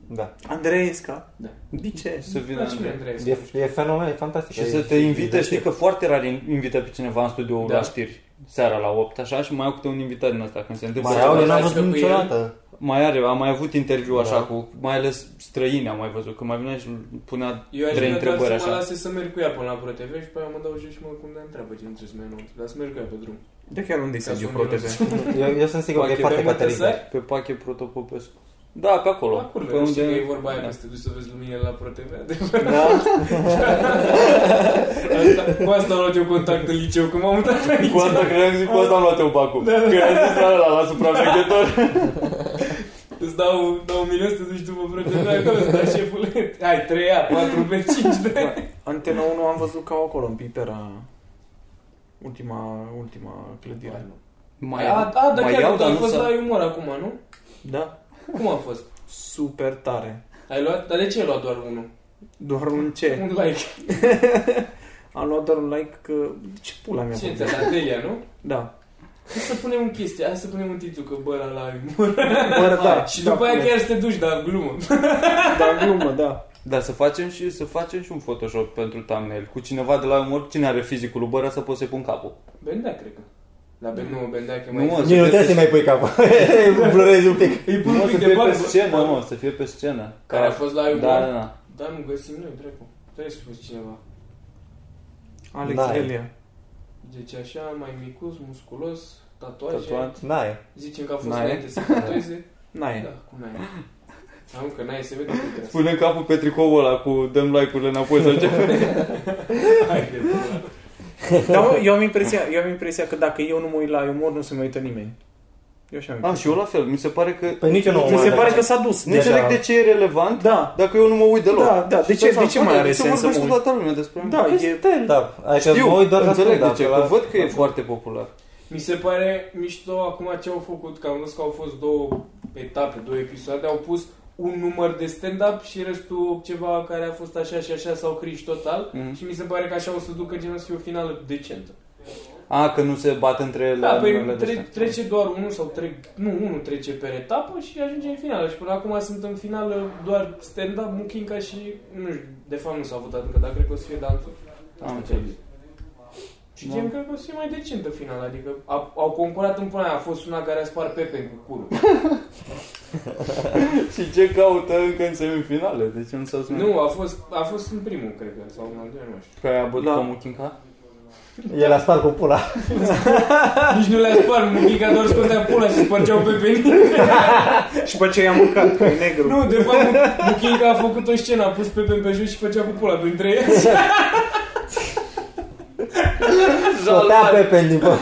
Da.
Andreesca?
Da.
De ce?
Să vină
Da, și mie
Andrei.
Andreea
E, e fenomen, e fantastic.
Păi, Și
E-
să te invite, știi că foarte rar invită pe cineva în studioul
Da.
la știri seara la 8, așa, și mai au câte un invitat din asta când se întâmplă.
Mai
ceva.
au, eu n-am
Mai
văzut
stă cu el.
niciodată.
Mai are, am mai avut interviu așa cu, mai ales străini am mai văzut, că mai vinea și punea
Eu aș
trei
vrea doar
întrebări
să mă
așa.
lase să merg cu ea până la ProTV și pe aia mă dau jos și mă cum de întreabă ce nu trebuie să mai nou. Dar să merg cu ea pe drum.
Da chiar unde-i
Ca să
sediu
o
Pro
miros.
TV?
Eu, eu sunt sigur că e
Pache,
foarte
Pe
caterină.
Muntesari?
Pe pache protopopescu. Da, pe acolo.
La curve,
pe
unde... știi că e vorba aia
da.
că să te duci să vezi luminile la ProTV.
Da.
Adevărat. Asta, cu asta am luat eu contact în liceu când m-am mutat aici.
Cu asta credeam că zic, cu asta am luat eu bacul. Da, da. Că am zis la ăla, la supraveghetor.
Îți dau, dau un milion să te duci după ProTV acolo, îți dai șefule. Hai, 3A, 4B, 5D.
Antena 1 am văzut ca acolo, în Pipera. Ultima, ultima clădire.
Mai,
A, a, da,
mai
chiar
iau,
tu
dar
ai
nu
fost
s-a...
la umor acum, nu?
Da?
Cum a fost?
Super tare.
Ai luat? Dar de ce ai luat doar unul?
Doar un ce?
Un like.
Am luat doar un like că... De ce pula mea?
Ce
vorbim?
înțelegi? Adelia, nu?
Da.
Hai să punem un chestie, hai să punem un titlu, că bă, la la umor.
Bă, da.
Și după
da,
aia
pune.
chiar să te duci, dar glumă.
Da, glumă, da.
Da, să facem și să facem și un Photoshop pentru thumbnail. Cu cineva de la umor, cine are fizicul lui Bărea să pot să-i pun capul.
Bendea, cred că. La ben, nu, Bendea, că
Nu,
mai...
mă,
Nici nu trebuie să mai pui capul. Blurezi un pic.
Îi pun
Nu,
un
să
pic de
fie pe
bani,
scenă, mă, să fie pe scenă.
Care a fost la
Da,
umor?
da, da.
Da, nu găsim noi, dracu. Trebuie să spus cineva.
Alex
Da.
Elia.
Deci așa, mai micuț, musculos, tatuaje.
Tatuat.
N-ai.
Zicem că a fost
N-ai?
înainte să tatueze.
N-ai.
Da, cum n-ai. Am că n-ai, se vede că e
Punem capul pe tricoul ăla cu dăm like-urile înapoi sau ce.
Hai de pula.
Dar mă, eu am impresia, eu am impresia că dacă eu nu mă uit la umor, nu se mai uită nimeni. Eu așa am
Ah, și eu la fel, mi se pare că...
Păi nici eu nu mă
Mi se
da.
uit
pare
așa.
că s-a dus.
Nu înțeleg de ce e relevant
Da.
dacă eu nu mă uit deloc.
Da, da, de
Și
ce-
așa,
de ce
bă,
mai
dar
are
de
sens să
ce vorbește
mă uit?
toată lumea despre mine?
Da,
Că
e...
Da, adică
Știu,
mă uit doar la da.
înțeleg de
stand-up,
ce,
la-
că văd că e foarte popular.
Mi se pare mișto acum ce au făcut, că am văzut că au fost două etape, două episoade, au pus un număr de stand-up și restul ceva care a fost așa și așa sau criș total
Mhm.
și mi se pare că așa o să ducă genul să fie o finală decentă.
A, că nu se bat între ele.
Da,
numele
păi
de
tre-
astea.
trece doar unul sau trec, nu, unul trece pe etapă și ajunge în finală. Și până acum sunt în finală doar stand-up, muchinca și, nu știu, de fapt nu s-a votat încă, dar cred că o să fie dansul.
Am înțeles.
Și
Da.
gen cred că o să fie mai decentă finala, adică a, au concurat în până aia, a fost una care a spart Pepe cu curul.
Mm. Și ce caută încă în semifinale? De ce nu s-a sunat?
nu, a fost, a fost în primul, cred că, sau în al doilea, nu știu.
Că aia bătut
La-
la... Muchinca?
El a spart cu pula.
Nici nu le-a spart, muchinca doar scotea pula și spărgeau Pepe.
da. Și pe ce i-am mâncat, că e negru.
nu, de fapt, muchinca a făcut o scenă, a pus Pepe pe jos și făcea cu pula printre ei.
Sotea pe pe din bă.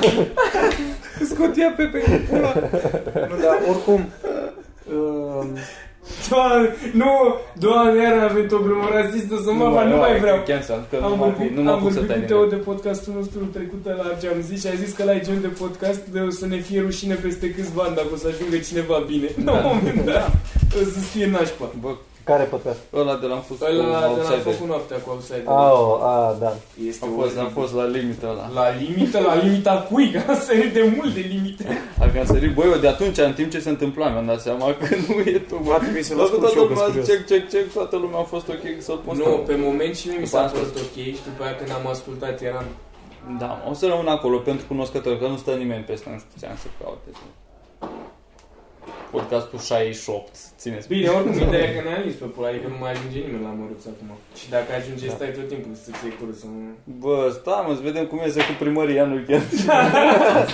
Scotia pe pe pula. Nu, dar oricum... Uh,
Doamne, nu, doamne, iar a venit o glumă rasistă să mă fac, nu mai vreau.
Cancel, că
Am
nu mai
vorbit,
nu mă
am
apuc să
vorbit
tai
cu Teo
nimic.
de podcastul nostru trecut la ce am zis și a zis că la genul de podcast de o să ne fie rușine peste câțiva ani dacă o să ajungă cineva bine. Da. La un moment dat o să fie nașpa.
Bă,
Care podcast?
ăla de l-am fost cu
Ăla de la
outsider.
făcut noaptea cu outsider.
Oh, a, da.
Este
Am
o
fost, am fost la limită ăla.
La limită, la limita cui? Că asta e de mult de limite.
Dacă Adică am sărit, băi, eu de atunci, în timp ce se întâmpla, mi-am dat seama că nu e tu,
Va
bă.
trebui să-l
Bă, cu
ascult și
toată
eu, că
lumea,
sunt curios.
check, check, check, toată lumea a fost ok să-l pun
Nu,
stâmp.
pe moment și mie mi
După
s-a
asta.
părut ok și după aia când am ascultat eram...
Da, mă, o să rămân acolo pentru cunoscători, că nu stă nimeni peste, nu știu ce am să caute. Podcastul 68, țineți
Bine, oricum, ideea e că ne-am lins pe pula, adică nu mai ajunge nimeni la măruț acum. Și dacă ajunge, da. stai tot timpul să ți curul să nu...
Bă, stai mă, să vedem cum iese cu primăria anul chiar.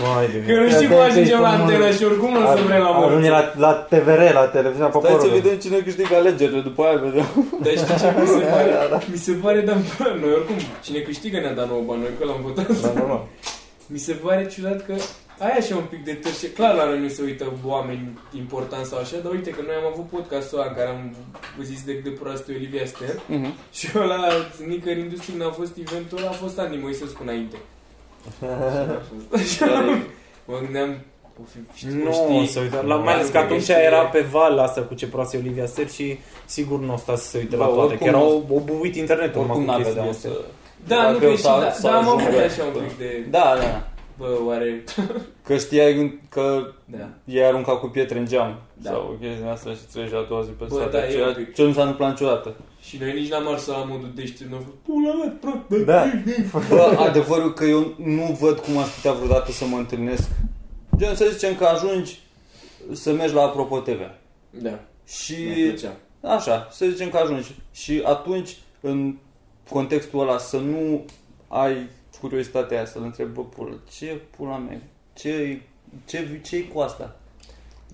Vai de
Că nu știu cum ajungem la antenă și oricum nu o să vrem la
Ajunge
măruță.
la, la TVR, la televiziunea
Stai să
poporului.
vedem cine câștigă alegerile, după aia vedem.
Dar știi ce mi se pare?
Da,
Mi se pare, dar bă, noi oricum, cine câștigă ne-a dat nouă bani, noi că l-am votat.
Da, normal.
Mi se pare ciudat că ai așa un pic de târșe. Clar la noi nu se uită oameni importanți sau așa, dar uite că noi am avut podcastul ăla în care am zis de, de proastul Olivia Ster
Mhm.
și ăla, nică în industrie n-a fost eventul ăla, a fost Andy Moisescu înainte. Și n-a fost. mă gândeam, o fi, știi,
Nu,
știi,
să uita. La, mai ales că atunci era pe val asta cu ce proase Olivia Ser și sigur nu o sta să se
Da,
uite la
Bă,
toate. Că
oricum
era
nu-
obuit internetul
Oricum
acum
n-a
cu chestia
vedea
asta.
să...
Da,
Era
nu că
greu
și
să-
da,
să
da, am avut
ajungă.
așa un pic de,
Da, da, da.
bă, oare,
Că știai că
da.
i-ai aruncat cu pietre în geam
Da.
sau chestia din asta și treci la a doua zi pe
Bă,
stradă,
da, e
ceea
un pic.
ce nu s-a întâmplat niciodată.
Și noi nici n-am ars la modul deștept, n-am fost, pula mea, pro- bă,
Da.
Bă, adevărul că eu nu văd cum aș putea vreodată să mă întâlnesc. Gen, să zicem că ajungi să mergi la Apropo TV.
Da,
Și
mi-a plăcea.
așa, să zicem că ajungi. Și atunci, în contextul ăla, să nu ai curiozitatea aia, să-l întrebi, bă, pula, ce pula mea, ce ce ce cu asta?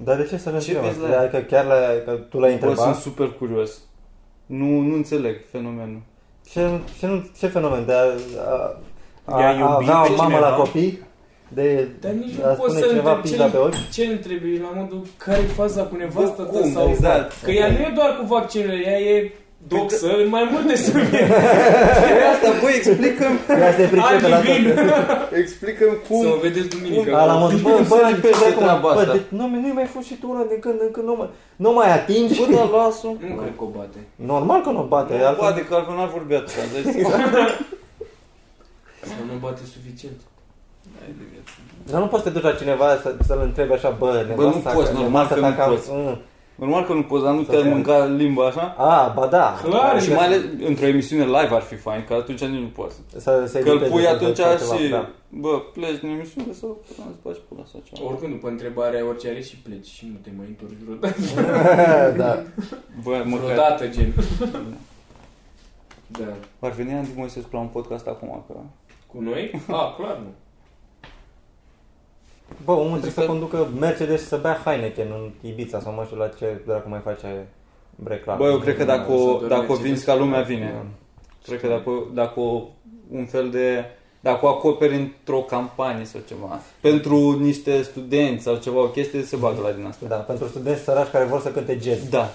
Dar de ce să ne
Ce
întrebăm?
vezi la-
Adică chiar la, că tu l-ai
Bă, sunt
întrebat?
super curios. Nu, nu înțeleg fenomenul.
Ce, ce, nu- ce fenomen? De a, a, a,
I-a
a
iubit
avea o
pe
mamă
cineva?
la copii? De,
Dar nici
a
nu poți
spune
să
ceva
întrebi
pizda pe
ce,
ochi?
ce întrebi la modul care e faza cu nevastă
Bă,
ta
cum?
sau...
Exact.
Că ea nu e doar cu vaccinurile, ea e doxă în mai multe subiecte.
E asta, băi, explicăm,
Ea se pricepe la
Alivin!
toate.
explicăm
Să mă
cum...
vedeți duminică.
A, la modul,
Bă,
bă,
să
bă,
zici
bă,
peste
bă, cum-
treaba
bă,
asta.
de- nu, nu mai fost și tu una din când în când, nu mai, nu mai atingi, bă, dar las-o.
Nu cred că o bate.
Normal că nu o bate,
Nu,
altfel
Poate că altfel n-ar vorbi atâta, dar
Sau nu bate suficient.
Dar nu poți să te duci la cineva să, să-l întrebi așa, bă, nevasta,
nu poți,
că-
normal
nevasta
că
ta
nu
cam-
poți.
Mm.
Normal că nu poți, dar nu
Să
te-ai
fie.
mânca limba așa.
A, ba da.
Clar,
Și mai ales într-o emisiune live ar fi fain, că atunci nici nu poți.
Să, să
Că îl
evitezi
pui
să-
atunci
să- să-
și,
da.
bă, pleci din emisiune sau până îți faci pula sau ceva.
Oricum, după întrebarea orice are și pleci și nu te mai întorci vreodată.
da.
Bă, măcar
Vreodată, gen. Da.
ar veni Andy Moisescu la un podcast acum, că...
Cu noi? A, clar nu.
Bă,
Adică
omul trebuie să conducă Mercedes și să bea Heineken în Ibiza sau mă știu la ce dracu mai face Da. reclamă.
Bă, eu cred că dacă
să
o,
dormi
dacă o
cine
vinzi
să-
ca lumea vine. Cred că dacă, o- dacă o, un fel de... Dacă o acoperi într-o campanie sau ceva, pentru niște studenți sau ceva, o chestie, se bagă la din asta.
Da, pentru studenți săraci care vor să cânte jazz.
Da,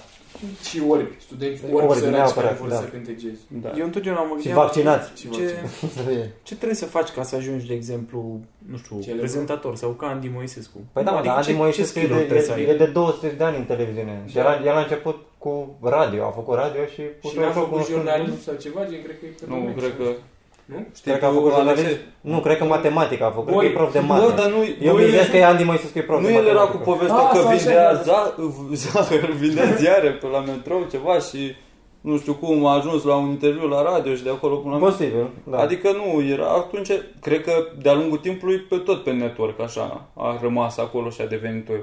Și orbi. Studenți
Orbi,
orbi săraci care
neapărat,
vor
da.
să cânte jazz.
da.
Eu întotdeauna mă
Și
gândeam
vaccinați.
Și
ce,
vaccin.
ce trebuie să faci ca să ajungi, de exemplu, nu știu,
Celebru.
prezentator sau ca Andy Moisescu? Adică
Păi da, mă, dar Andy
ce-
Moisescu
ce
e
skill-uri
de,
trebuie să
e, e
ai?
de 200 de ani în televiziune. Și
Da.
el, a- el a început cu radio, a făcut radio și...
Și
a
n-a făcut jurnalist sau ceva, gen, cred că e pe
Nu, cred că...
Nu?
Știi
Cred că a făcut
Alexei-
jurnalist. Nu, cred că matematică a făcut. Cred că e
Oi,
prof de
Bă,
matematică.
dar nu,
Eu
nu,
gândesc că
el,
e Andy Moisescu e prof
nu
de
el era cu
matematică.
povestea
Ah,
că
sau
vindea
așa,
za, zahăr, vindea ziare pe la metrou ceva și nu știu cum a ajuns la un interviu la radio și de acolo până la
Posibil, da.
Adică nu, era atunci, cred că de-a lungul timpului pe tot pe network așa a rămas acolo și a devenit o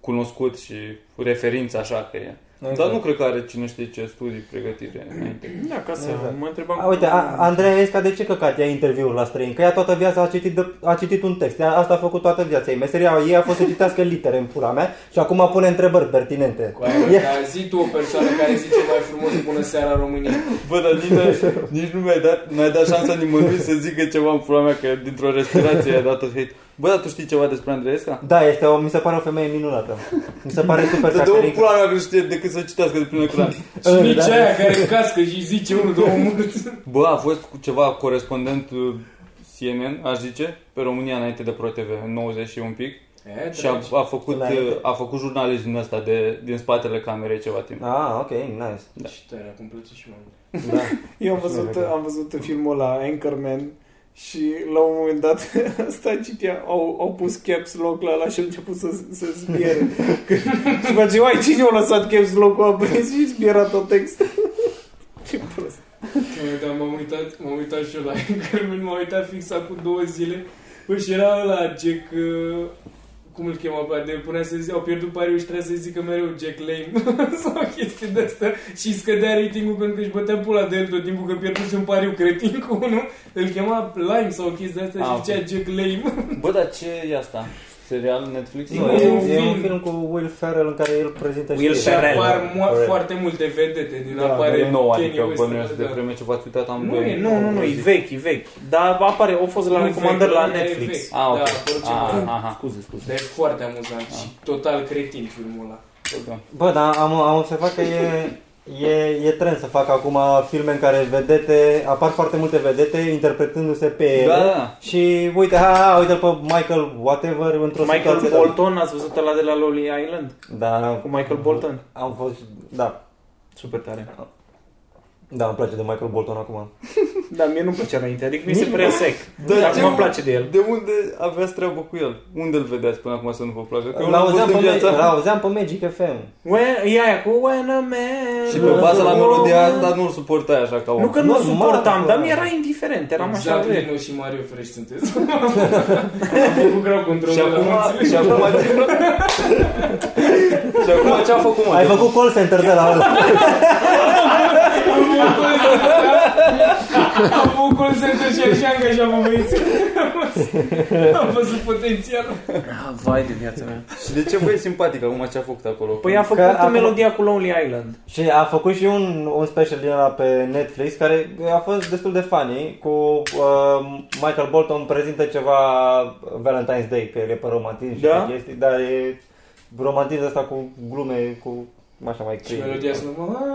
cunoscut și referință așa că e.
Exact.
Dar nu cred că are cine știe ce studii pregătire înainte.
Da, ca să
Exact.
mă întrebam...
A, uite, a, Andreea Esca, de ce căcat ia interviul la străin? Că ea toată viața a citit, de, a citit un text. Ea, asta a făcut toată viața ei. Meseria ei a fost să citească litere în pula mea și acum pune întrebări pertinente.
Cu aia,
E-
dar zi tu o persoană care zice mai frumos bună seara România.
Bă, dar nici, nici nu mi-ai dat, n-ai dat șansa nimănui să zică ceva în pula mea, că dintr-o respirație ai dat tot hate. Bă, dar tu știi ceva despre Andreesca?
Da, este o, mi se pare o femeie minunată. Mi se pare super
Să dă o
caterincă.
pula mea că nu știe decât decât să citească de prin ecran.
Și nici aia care cască și îi zice unul, două mulți.
Bă, a fost cu ceva corespondent uh, CNN, aș zice, pe România înainte de ProTV, în 90 și un pic.
E, da,
Și a, a, făcut,
Înainte.
uh, a făcut jurnalismul ăsta de, din spatele camerei ceva timp.
Ah, ok, nice.
da. Și tare, acum place și mai mult.
Da.
Eu am văzut, am văzut filmul la Anchorman și la un moment dat ăsta citea, au, au pus caps lock la ăla și a început să, să zbiere. Că- și face, uai, cine a lăsat caps lock-ul aprins și zbiera tot textul. Ce prost.
Mă, dar m-am uitat, m-am uitat și eu la Anchorman, m-am uitat fix acum două zile. Bă, și era ăla Jack... uh, Cum îl chema pe ăla? de punea să zic, au pierdut pariul și trebuia să zică mereu Jack Lane sau chestii de astea și îi scădea ratingul pentru că își bătea pula de el tot timpul că pierduse un pariu cretin cu unul, îl chema Lime sau chestii de astea
Ah,
și
ok.
zicea Jack Lame.
Bă, dar ce e asta? Serial Netflix?
Nu,
E
e,
un
un, e un
film.
film cu Will Ferrell în care el prezintă
Will
și...
Și
Ferrell.
apar mo-
Corect.
foarte multe vedete din
Da,
apare
E nou, adică
Kanye West,
bănuiesc de
da.
vreme ce v-ați uitat am
Nu, e, nu, nu, nu, e vechi, e vechi. Dar apare, au fost la
Nu,
recomandări
vechi,
la
nu, e
Netflix.
vechi.
Ah, ok.
Da, orice
Ah,
bun.
aha.
Scuze, scuze.
Dar e foarte amuzant și
Ah.
total cretin filmul ăla.
Bă, dar am, am observat că e, e, e trend să fac acum filme în care vedete, apar foarte multe vedete interpretându-se pe ele.
Da, da.
Și uite, ha, ha, uite-l pe Michael whatever într-o
Michael
situație.
Bolton, ați văzut ăla de la Lonely Island?
Da,
Cu Michael Bolton?
am fost, da,
Super tare.
da, îmi place de Michael Bolton acum.
Dar Da, mie nu-mi Da, plăcea înainte, adică mi se părea sec. Dar acum îmi place de el.
Da, De unde aveați treabă cu el? Unde îl vedeați până acum să nu vă placă? Că eu l-am văzut
L-auzeam pe,
în
Ma-
viața.
l-auzeam pe Magic FM.
When, e aia cu When a man
Și pe baza la
loves a
melodia
woman.
asta nu-l suportai așa ca om.
Nu că nu
Normal,
suportam,
bă.
dar mi era indiferent, eram așa
Exact,
exact.
Lino și Mario Fresh sunteți. Am făcut greu control
Și acum, și acum, și acum ce-a făcut, mă?
Ai făcut call center de la ăla.
Am făcut call center și așa angajam băieți. Am văzut potențial.
Vai de viața mea.
Și de ce vă e simpatic acum ce-a făcut acolo?
Păi a
Că
făcut
acum-
melodia cu Lonely Island.
și a făcut și un, un special din ăla pe Netflix care a fost destul de funny cu uh, Michael Bolton prezintă ceva Valentine's Day, că el e pe romantism și
Da?
pe chestii, dar e romantism asta cu glume, cu așa mai
Și
cringe.
melodia sună mă, Ah,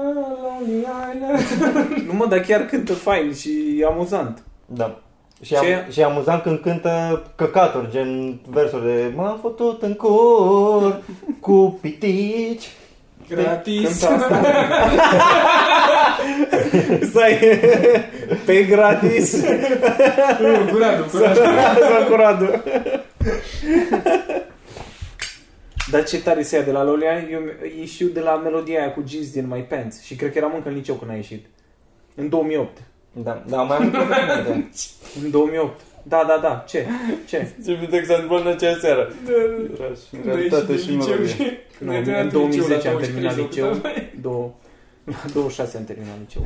Lonely Island.
Nu mă, dar chiar cântă fain și e amuzant.
Da. Și,
Ce-
am, și e amuzant când cântă căcaturi, gen versuri de M-am fătut în cur cu pitici
Gratis.
Cântă asta. Stai, pe gratis.
Nu, Curadu, curadu.
Asta cu Radu. Dar ce tare se ia de la Lolia, eu eu știu de la melodia aia cu Jeans din My Pants și cred că eram încă în liceu când a ieșit. În 2008.
Da, da, mai am multe
În 2008. Da, da, da. Ce? Ce?
Ce video că s-a întâmplat în acea seară. Era
Deci,
și în realitate și în melodie.
Nu, în 2010 am terminat liceu. Două, la 26 am terminat liceu.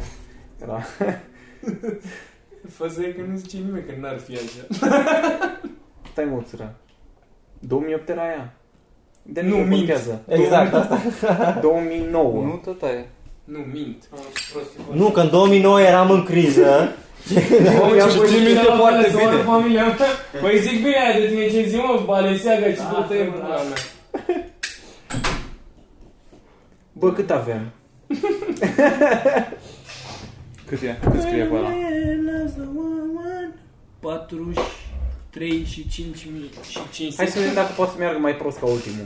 Era...
Faza e că nu zice nimeni că n-ar fi așa.
Stai mă, țără. 2008 era aia. De
Nu,
nu, nu
mint.
contează.
Exact, asta
2009.
Nu, tata e.
Nu, mint.
Nu, că în 2009 eram în criză
Mamă,
și țin minte foarte bine.
Familia mea. Păi zic bine aia de tine ce zi, mă, Baleseaga și tot e pula mea.
Bă, cât avem?
Cât e? Cât scrie pe ăla?
43 și 5 mii și 5
Hai să vedem dacă poate să meargă mai prost ca ultimul.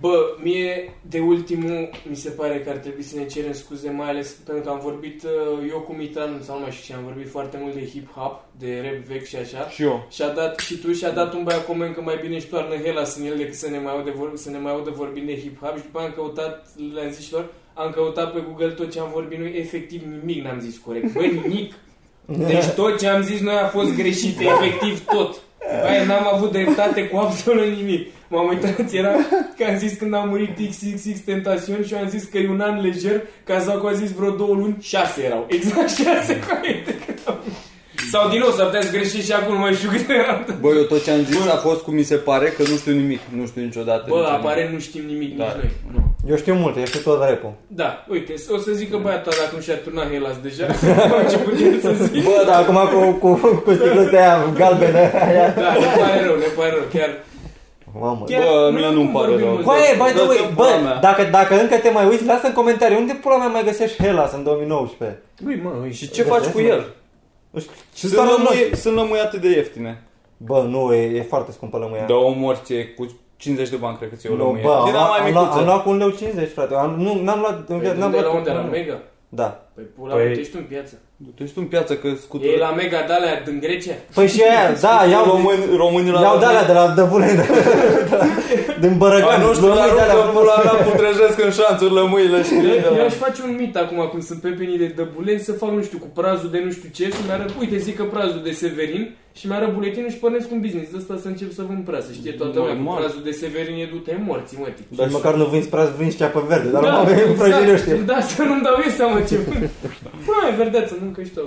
Bă, mie de ultimul mi se pare că ar trebui să ne cerem scuze, mai ales pentru că am vorbit uh, eu cu Mitan, sau nu mai știu ce, am vorbit foarte mult de hip-hop, de rap vechi și așa.
Și eu.
Și a dat și tu și a dat un băiat coment că mai bine își toarnă Hellas în el decât să ne mai audă, vor, să ne mai audă vorbind de hip-hop și după aia am căutat, le-am zis și lor, am căutat pe Google tot ce am vorbit noi, efectiv nimic n-am zis corect. Bă, nimic! Deci tot ce am zis noi a fost greșit, efectiv tot. Băi, n-am avut dreptate cu absolut nimic. M-am uitat, era că am zis când a murit XXX Tentacion și eu am zis că e un an lejer, ca Zacu a zis vreo două luni, șase erau. Exact șase corecte. Sau din nou, s-ar putea să greșești și acum, nu mai știu câte erau.
Bă, eu tot ce am zis a fost cu mi se pare că nu știu nimic. Nu știu niciodată.
Bă,
nici nimic.
apare nu știm nimic
Da.
nici noi.
Eu știu multe, eu știu tot rap
Da, uite, o să zic că băiatul ăla atunci a turnat Hellas deja. A început el să zic.
Bă, dar acum cu, cu, cu sticluța aia galbenă aia
Da, ne pare rău, ne pare rău, chiar.
Mamă.
Chiar
Bă,
nu
mie
am
nu-mi
cum
pare
vorbim
rău.
mult.
Băi, by the
Dă-te
way,
în pula
bă,
mea.
dacă, dacă încă te mai uiți, lasă în comentarii unde pula mea mai găsești Hellas în 2019.
Lui, mă, uite.
Și ce faci cu el?
Și
Sunt
doar la noi.
lămui, sunt lămui atât de ieftine.
Bă, nu, e, e foarte scumpă lămâia.
Da, o morție cu 50 de bani, cred că ți-e o
Nu,
lămâie.
bă,
Era
am,
mai
am, luat, am
micuță.
luat cu un leu 50, frate. Am, nu, n-am luat, în
Păi,
viață, n-am
de
luat
la
cu
unde? La
un-
Mega?
Da.
Păi pula,
Păi-
păi... ești tu în piață.
Du-te și tu în piață că scutură.
E la Mega de alea din Grecia.
Păi și aia, da, iau,
Român, românii la
iau de alea de la Dăbulei, de, de la, din
Bă,
Bărăgan,
nu știu,
luăm
dar
de alea
rupă
frumos.
pula mea putrejesc în șanțuri lămâile, știi? de
Eu, eu
la-
aș face un mit acum, cum sunt pepenii de dăbuleni, să fac, nu știu, cu prazul de nu știu ce, să mi-arăt, uite, zic că prazul de Severin și mi-arăt buletinul și pornesc un business. De asta să încep să vând praz, să știe toată lumea, cu
Normal.
prazul de Severin e du-te morții, mă, tip.
Dar măcar nu vinzi praz, vinzi ceapă verde, dar
Da,
mă avem prăjiri
exact.
ăștia.
Da, să nu-mi dau eu seama ce pun. Până mai verdeață, mâncă și tu.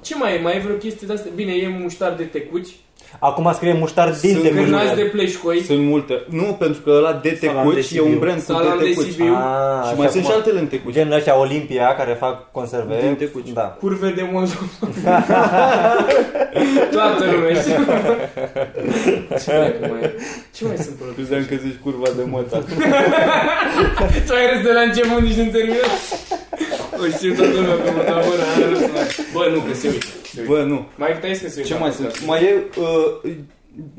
Ce mai e? Mai e vreo chestie de asta? Bine, e muștar de tecuci,
Acum scrie muștar din
Sunt
de
cârnați de pleșcoi,
Sunt multe. Nu, pentru că ăla de
Salam de
tecuci e
Sibiu.
un brand cu
salam
de
de
tecuci.
Sibiu,
Ah,
Și mai sunt și
acum-
altele în tecuci.
Genul ăștia Olimpia care fac conserve.
Din tecuci.
Da.
curve de Moldova. Toată lumea știe. Ce mai e? Ce mai sunt produse?
Credeam că zici curva de măta.
Tu ai râs de la început, nici nu terminat. O știu toată lumea pe metaforă, n-a râs mai. Bă, nu, că se uită. se uită.
Bă, nu.
Mai puteai să se uită.
Ce mai sunt? Mai e... uh,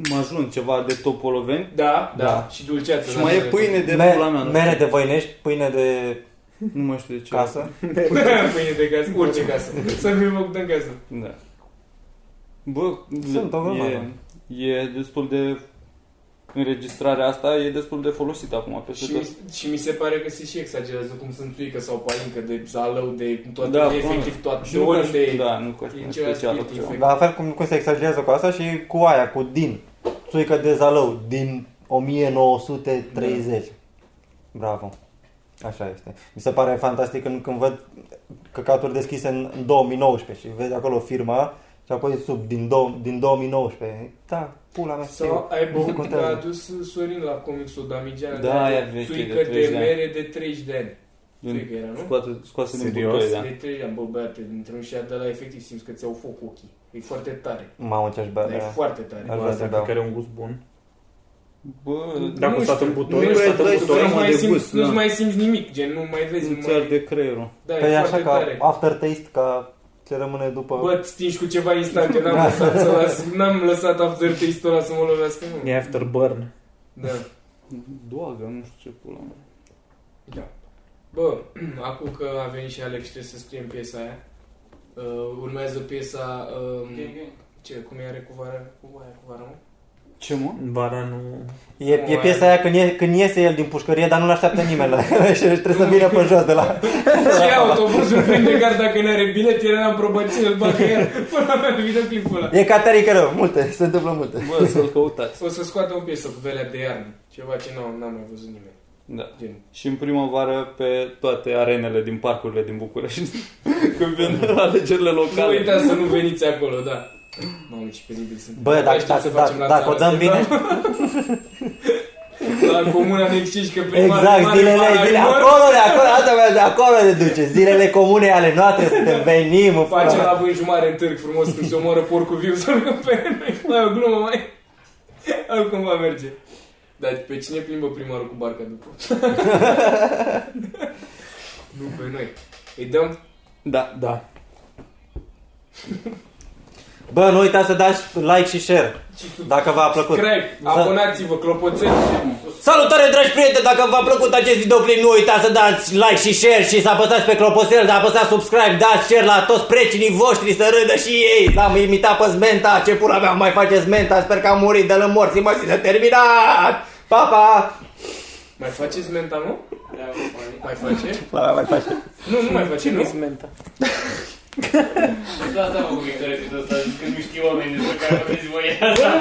Mă ajung ceva de topoloveni
Da, da,
Da.
și dulceață.
și
da,
mai e
da.
pâine de
Me-
pula mea. nu
mere de voinești, pâine de
știu. Nu mai știu de ce.
casă.
pâine de casă, orice casă. Să fie făcută în casă.
Da. Bă,
Sunt o grămadă.
e, e destul de... Înregistrarea asta e destul de folosită acum peste
Și,
tot.
mi- și mi se pare că se și exagerează cum sunt tuică sau palincă de zalău, de toate,
Da,
de
bun.
efectiv toate, de
nu ca-
oriunde e.
Da, nu ca
e
și
ceva
special.
spirit,
ceva.
efect.
Păi, La fel cum, cum se exagerează cu asta și cu aia, cu din. Țuică de zalău din 1930. Bravo. Așa este. Mi se pare fantastic când, când văd căcaturi deschise în 2019 și vezi acolo firma și apoi sub din, dou- din 2019. Da, pula mea.
Sau ai
Nu
băut că
contează.
a adus Sorin la comicsul Damigeana
Da,
de
aia veche,
țuică
de
de,
30 de ani.
mere de 30 de ani.
Din-
Țuică era, nu?
Scoate, scoase din
Serios?
butoaie,
Da.
da.
De 30 de ani, bă, băiate, dintr-un și de la efectiv simți că ți-au foc ochii. E foarte tare.
Mamă ce-aș bea
Da,
de
e
aia.
foarte tare.
Aș
Bă,
vrea să
asta
beau.
cred că are un gust bun.
Bă,
Dacă
Nu
o stat
știu,
în butoi,
nu
o
știu,
stat în
tu
butoi,
butoi.
nu
mă,
mai
de
simți,
gust,
nu-ți
da.
mai simți nimic, gen nu mai vezi, nu
nu ți-ar
mai...
de Păi, creierul.
Da,
Că
e
e Păi, așa
foarte
ca
tare.
aftertaste, ca ce rămâne după...
Bă, îți stingi cu ceva instant, eu
Da.
n-am lăsat să las, n-am lăsat aftertaste-ul ăla să mă lovească, nu.
E afterburn.
Da.
Doagă, nu știu ce pula mea.
Da. Bă, acum că a venit și Alex, trebuie să scriem piesa aia. Uh, urmează piesa... Um, ce, cum e recuvarea? Cum aia cu vara, mă?
Ce mă?
Vara nu...
E, e
Oare.
piesa aia când, ie, când iese el din pușcărie, dar nu-l așteaptă nimeni la și trebuie să vină pe jos de la...
Și ia autobuzul prinde gard dacă nu are bilet, el n-am probat cine îl bagă el. Până la vine clipul ăla.
E catarică rău, multe, se întâmplă multe.
Bă, să-l căutați.
O să scoată o piesă cu velea de iarnă. Ceva ce n-am, n-am mai văzut nimeni.
Da.
Gen.
Și în primăvară pe toate arenele din parcurile din București. Când vin la alegerile
Nu
locale.
uitați să nu veniți acolo, da. Mamă, ce penibil sunt.
Bă,
Abia
dacă,
aștept
dacă,
să
dacă,
facem la
dacă o
țară
dăm bine,
asta, da? La comuna ne exciși că primarul
exact,
mare,
zilele,
mare,
zile,
mare,
acolo, de acolo, asta mea, de acolo ne duce, zilele comune ale noastre, suntem, venim, în
Facem
pula
la vânjumare în târg frumos când se omoară porcul viu să rugăm pe noi. Mai e o glumă, mai... Oricum va merge. Dar pe cine plimbă primarul cu barca după? nu pe noi. Îi dăm?
Da.
Da.
mea. Bă, nu uitați să dați like și share, dacă v-a plăcut.
Craig, abonați-vă, clopoțel și...
Salutare, dragi prieteni! Dacă v-a plăcut acest videoclip, nu uitați să dați like și share și să apăsați pe clopoțel, să apăsați subscribe, dați share la toți prietenii voștri să râdă și ei. L-am imitat pe Zmenta, ce pula mea mai face Zmenta, sper că am murit de lămorții, mă, și s-a terminat! Pa, pa!
Mai faceți menta, nu? Mai face?
Pula mea mai face.
Nu, nu mai face, nu?
Menta.
Da, da, mă, cu interesul ăsta, zic că nu știu oamenii despre care vorbiți voi asta.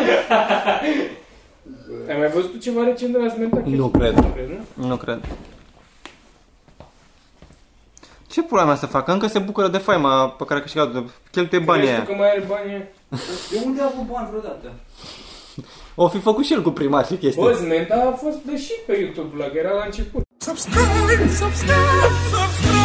Ai mai văzut tu ceva recent de la Smenta?
Nu cred.
Nu cred, nu?
Nu cred. Ce pula mea să facă? Încă se bucură de faima pe care a câștigat-o. Cheltuie
Crezi tu că mai are bani aia?
De unde a avut bani vreodată?
O fi făcut și el cu primar și chestii.
Bă, Smenta a fost de și pe YouTube, la că era la început.
Subscribe, subscribe, subscribe.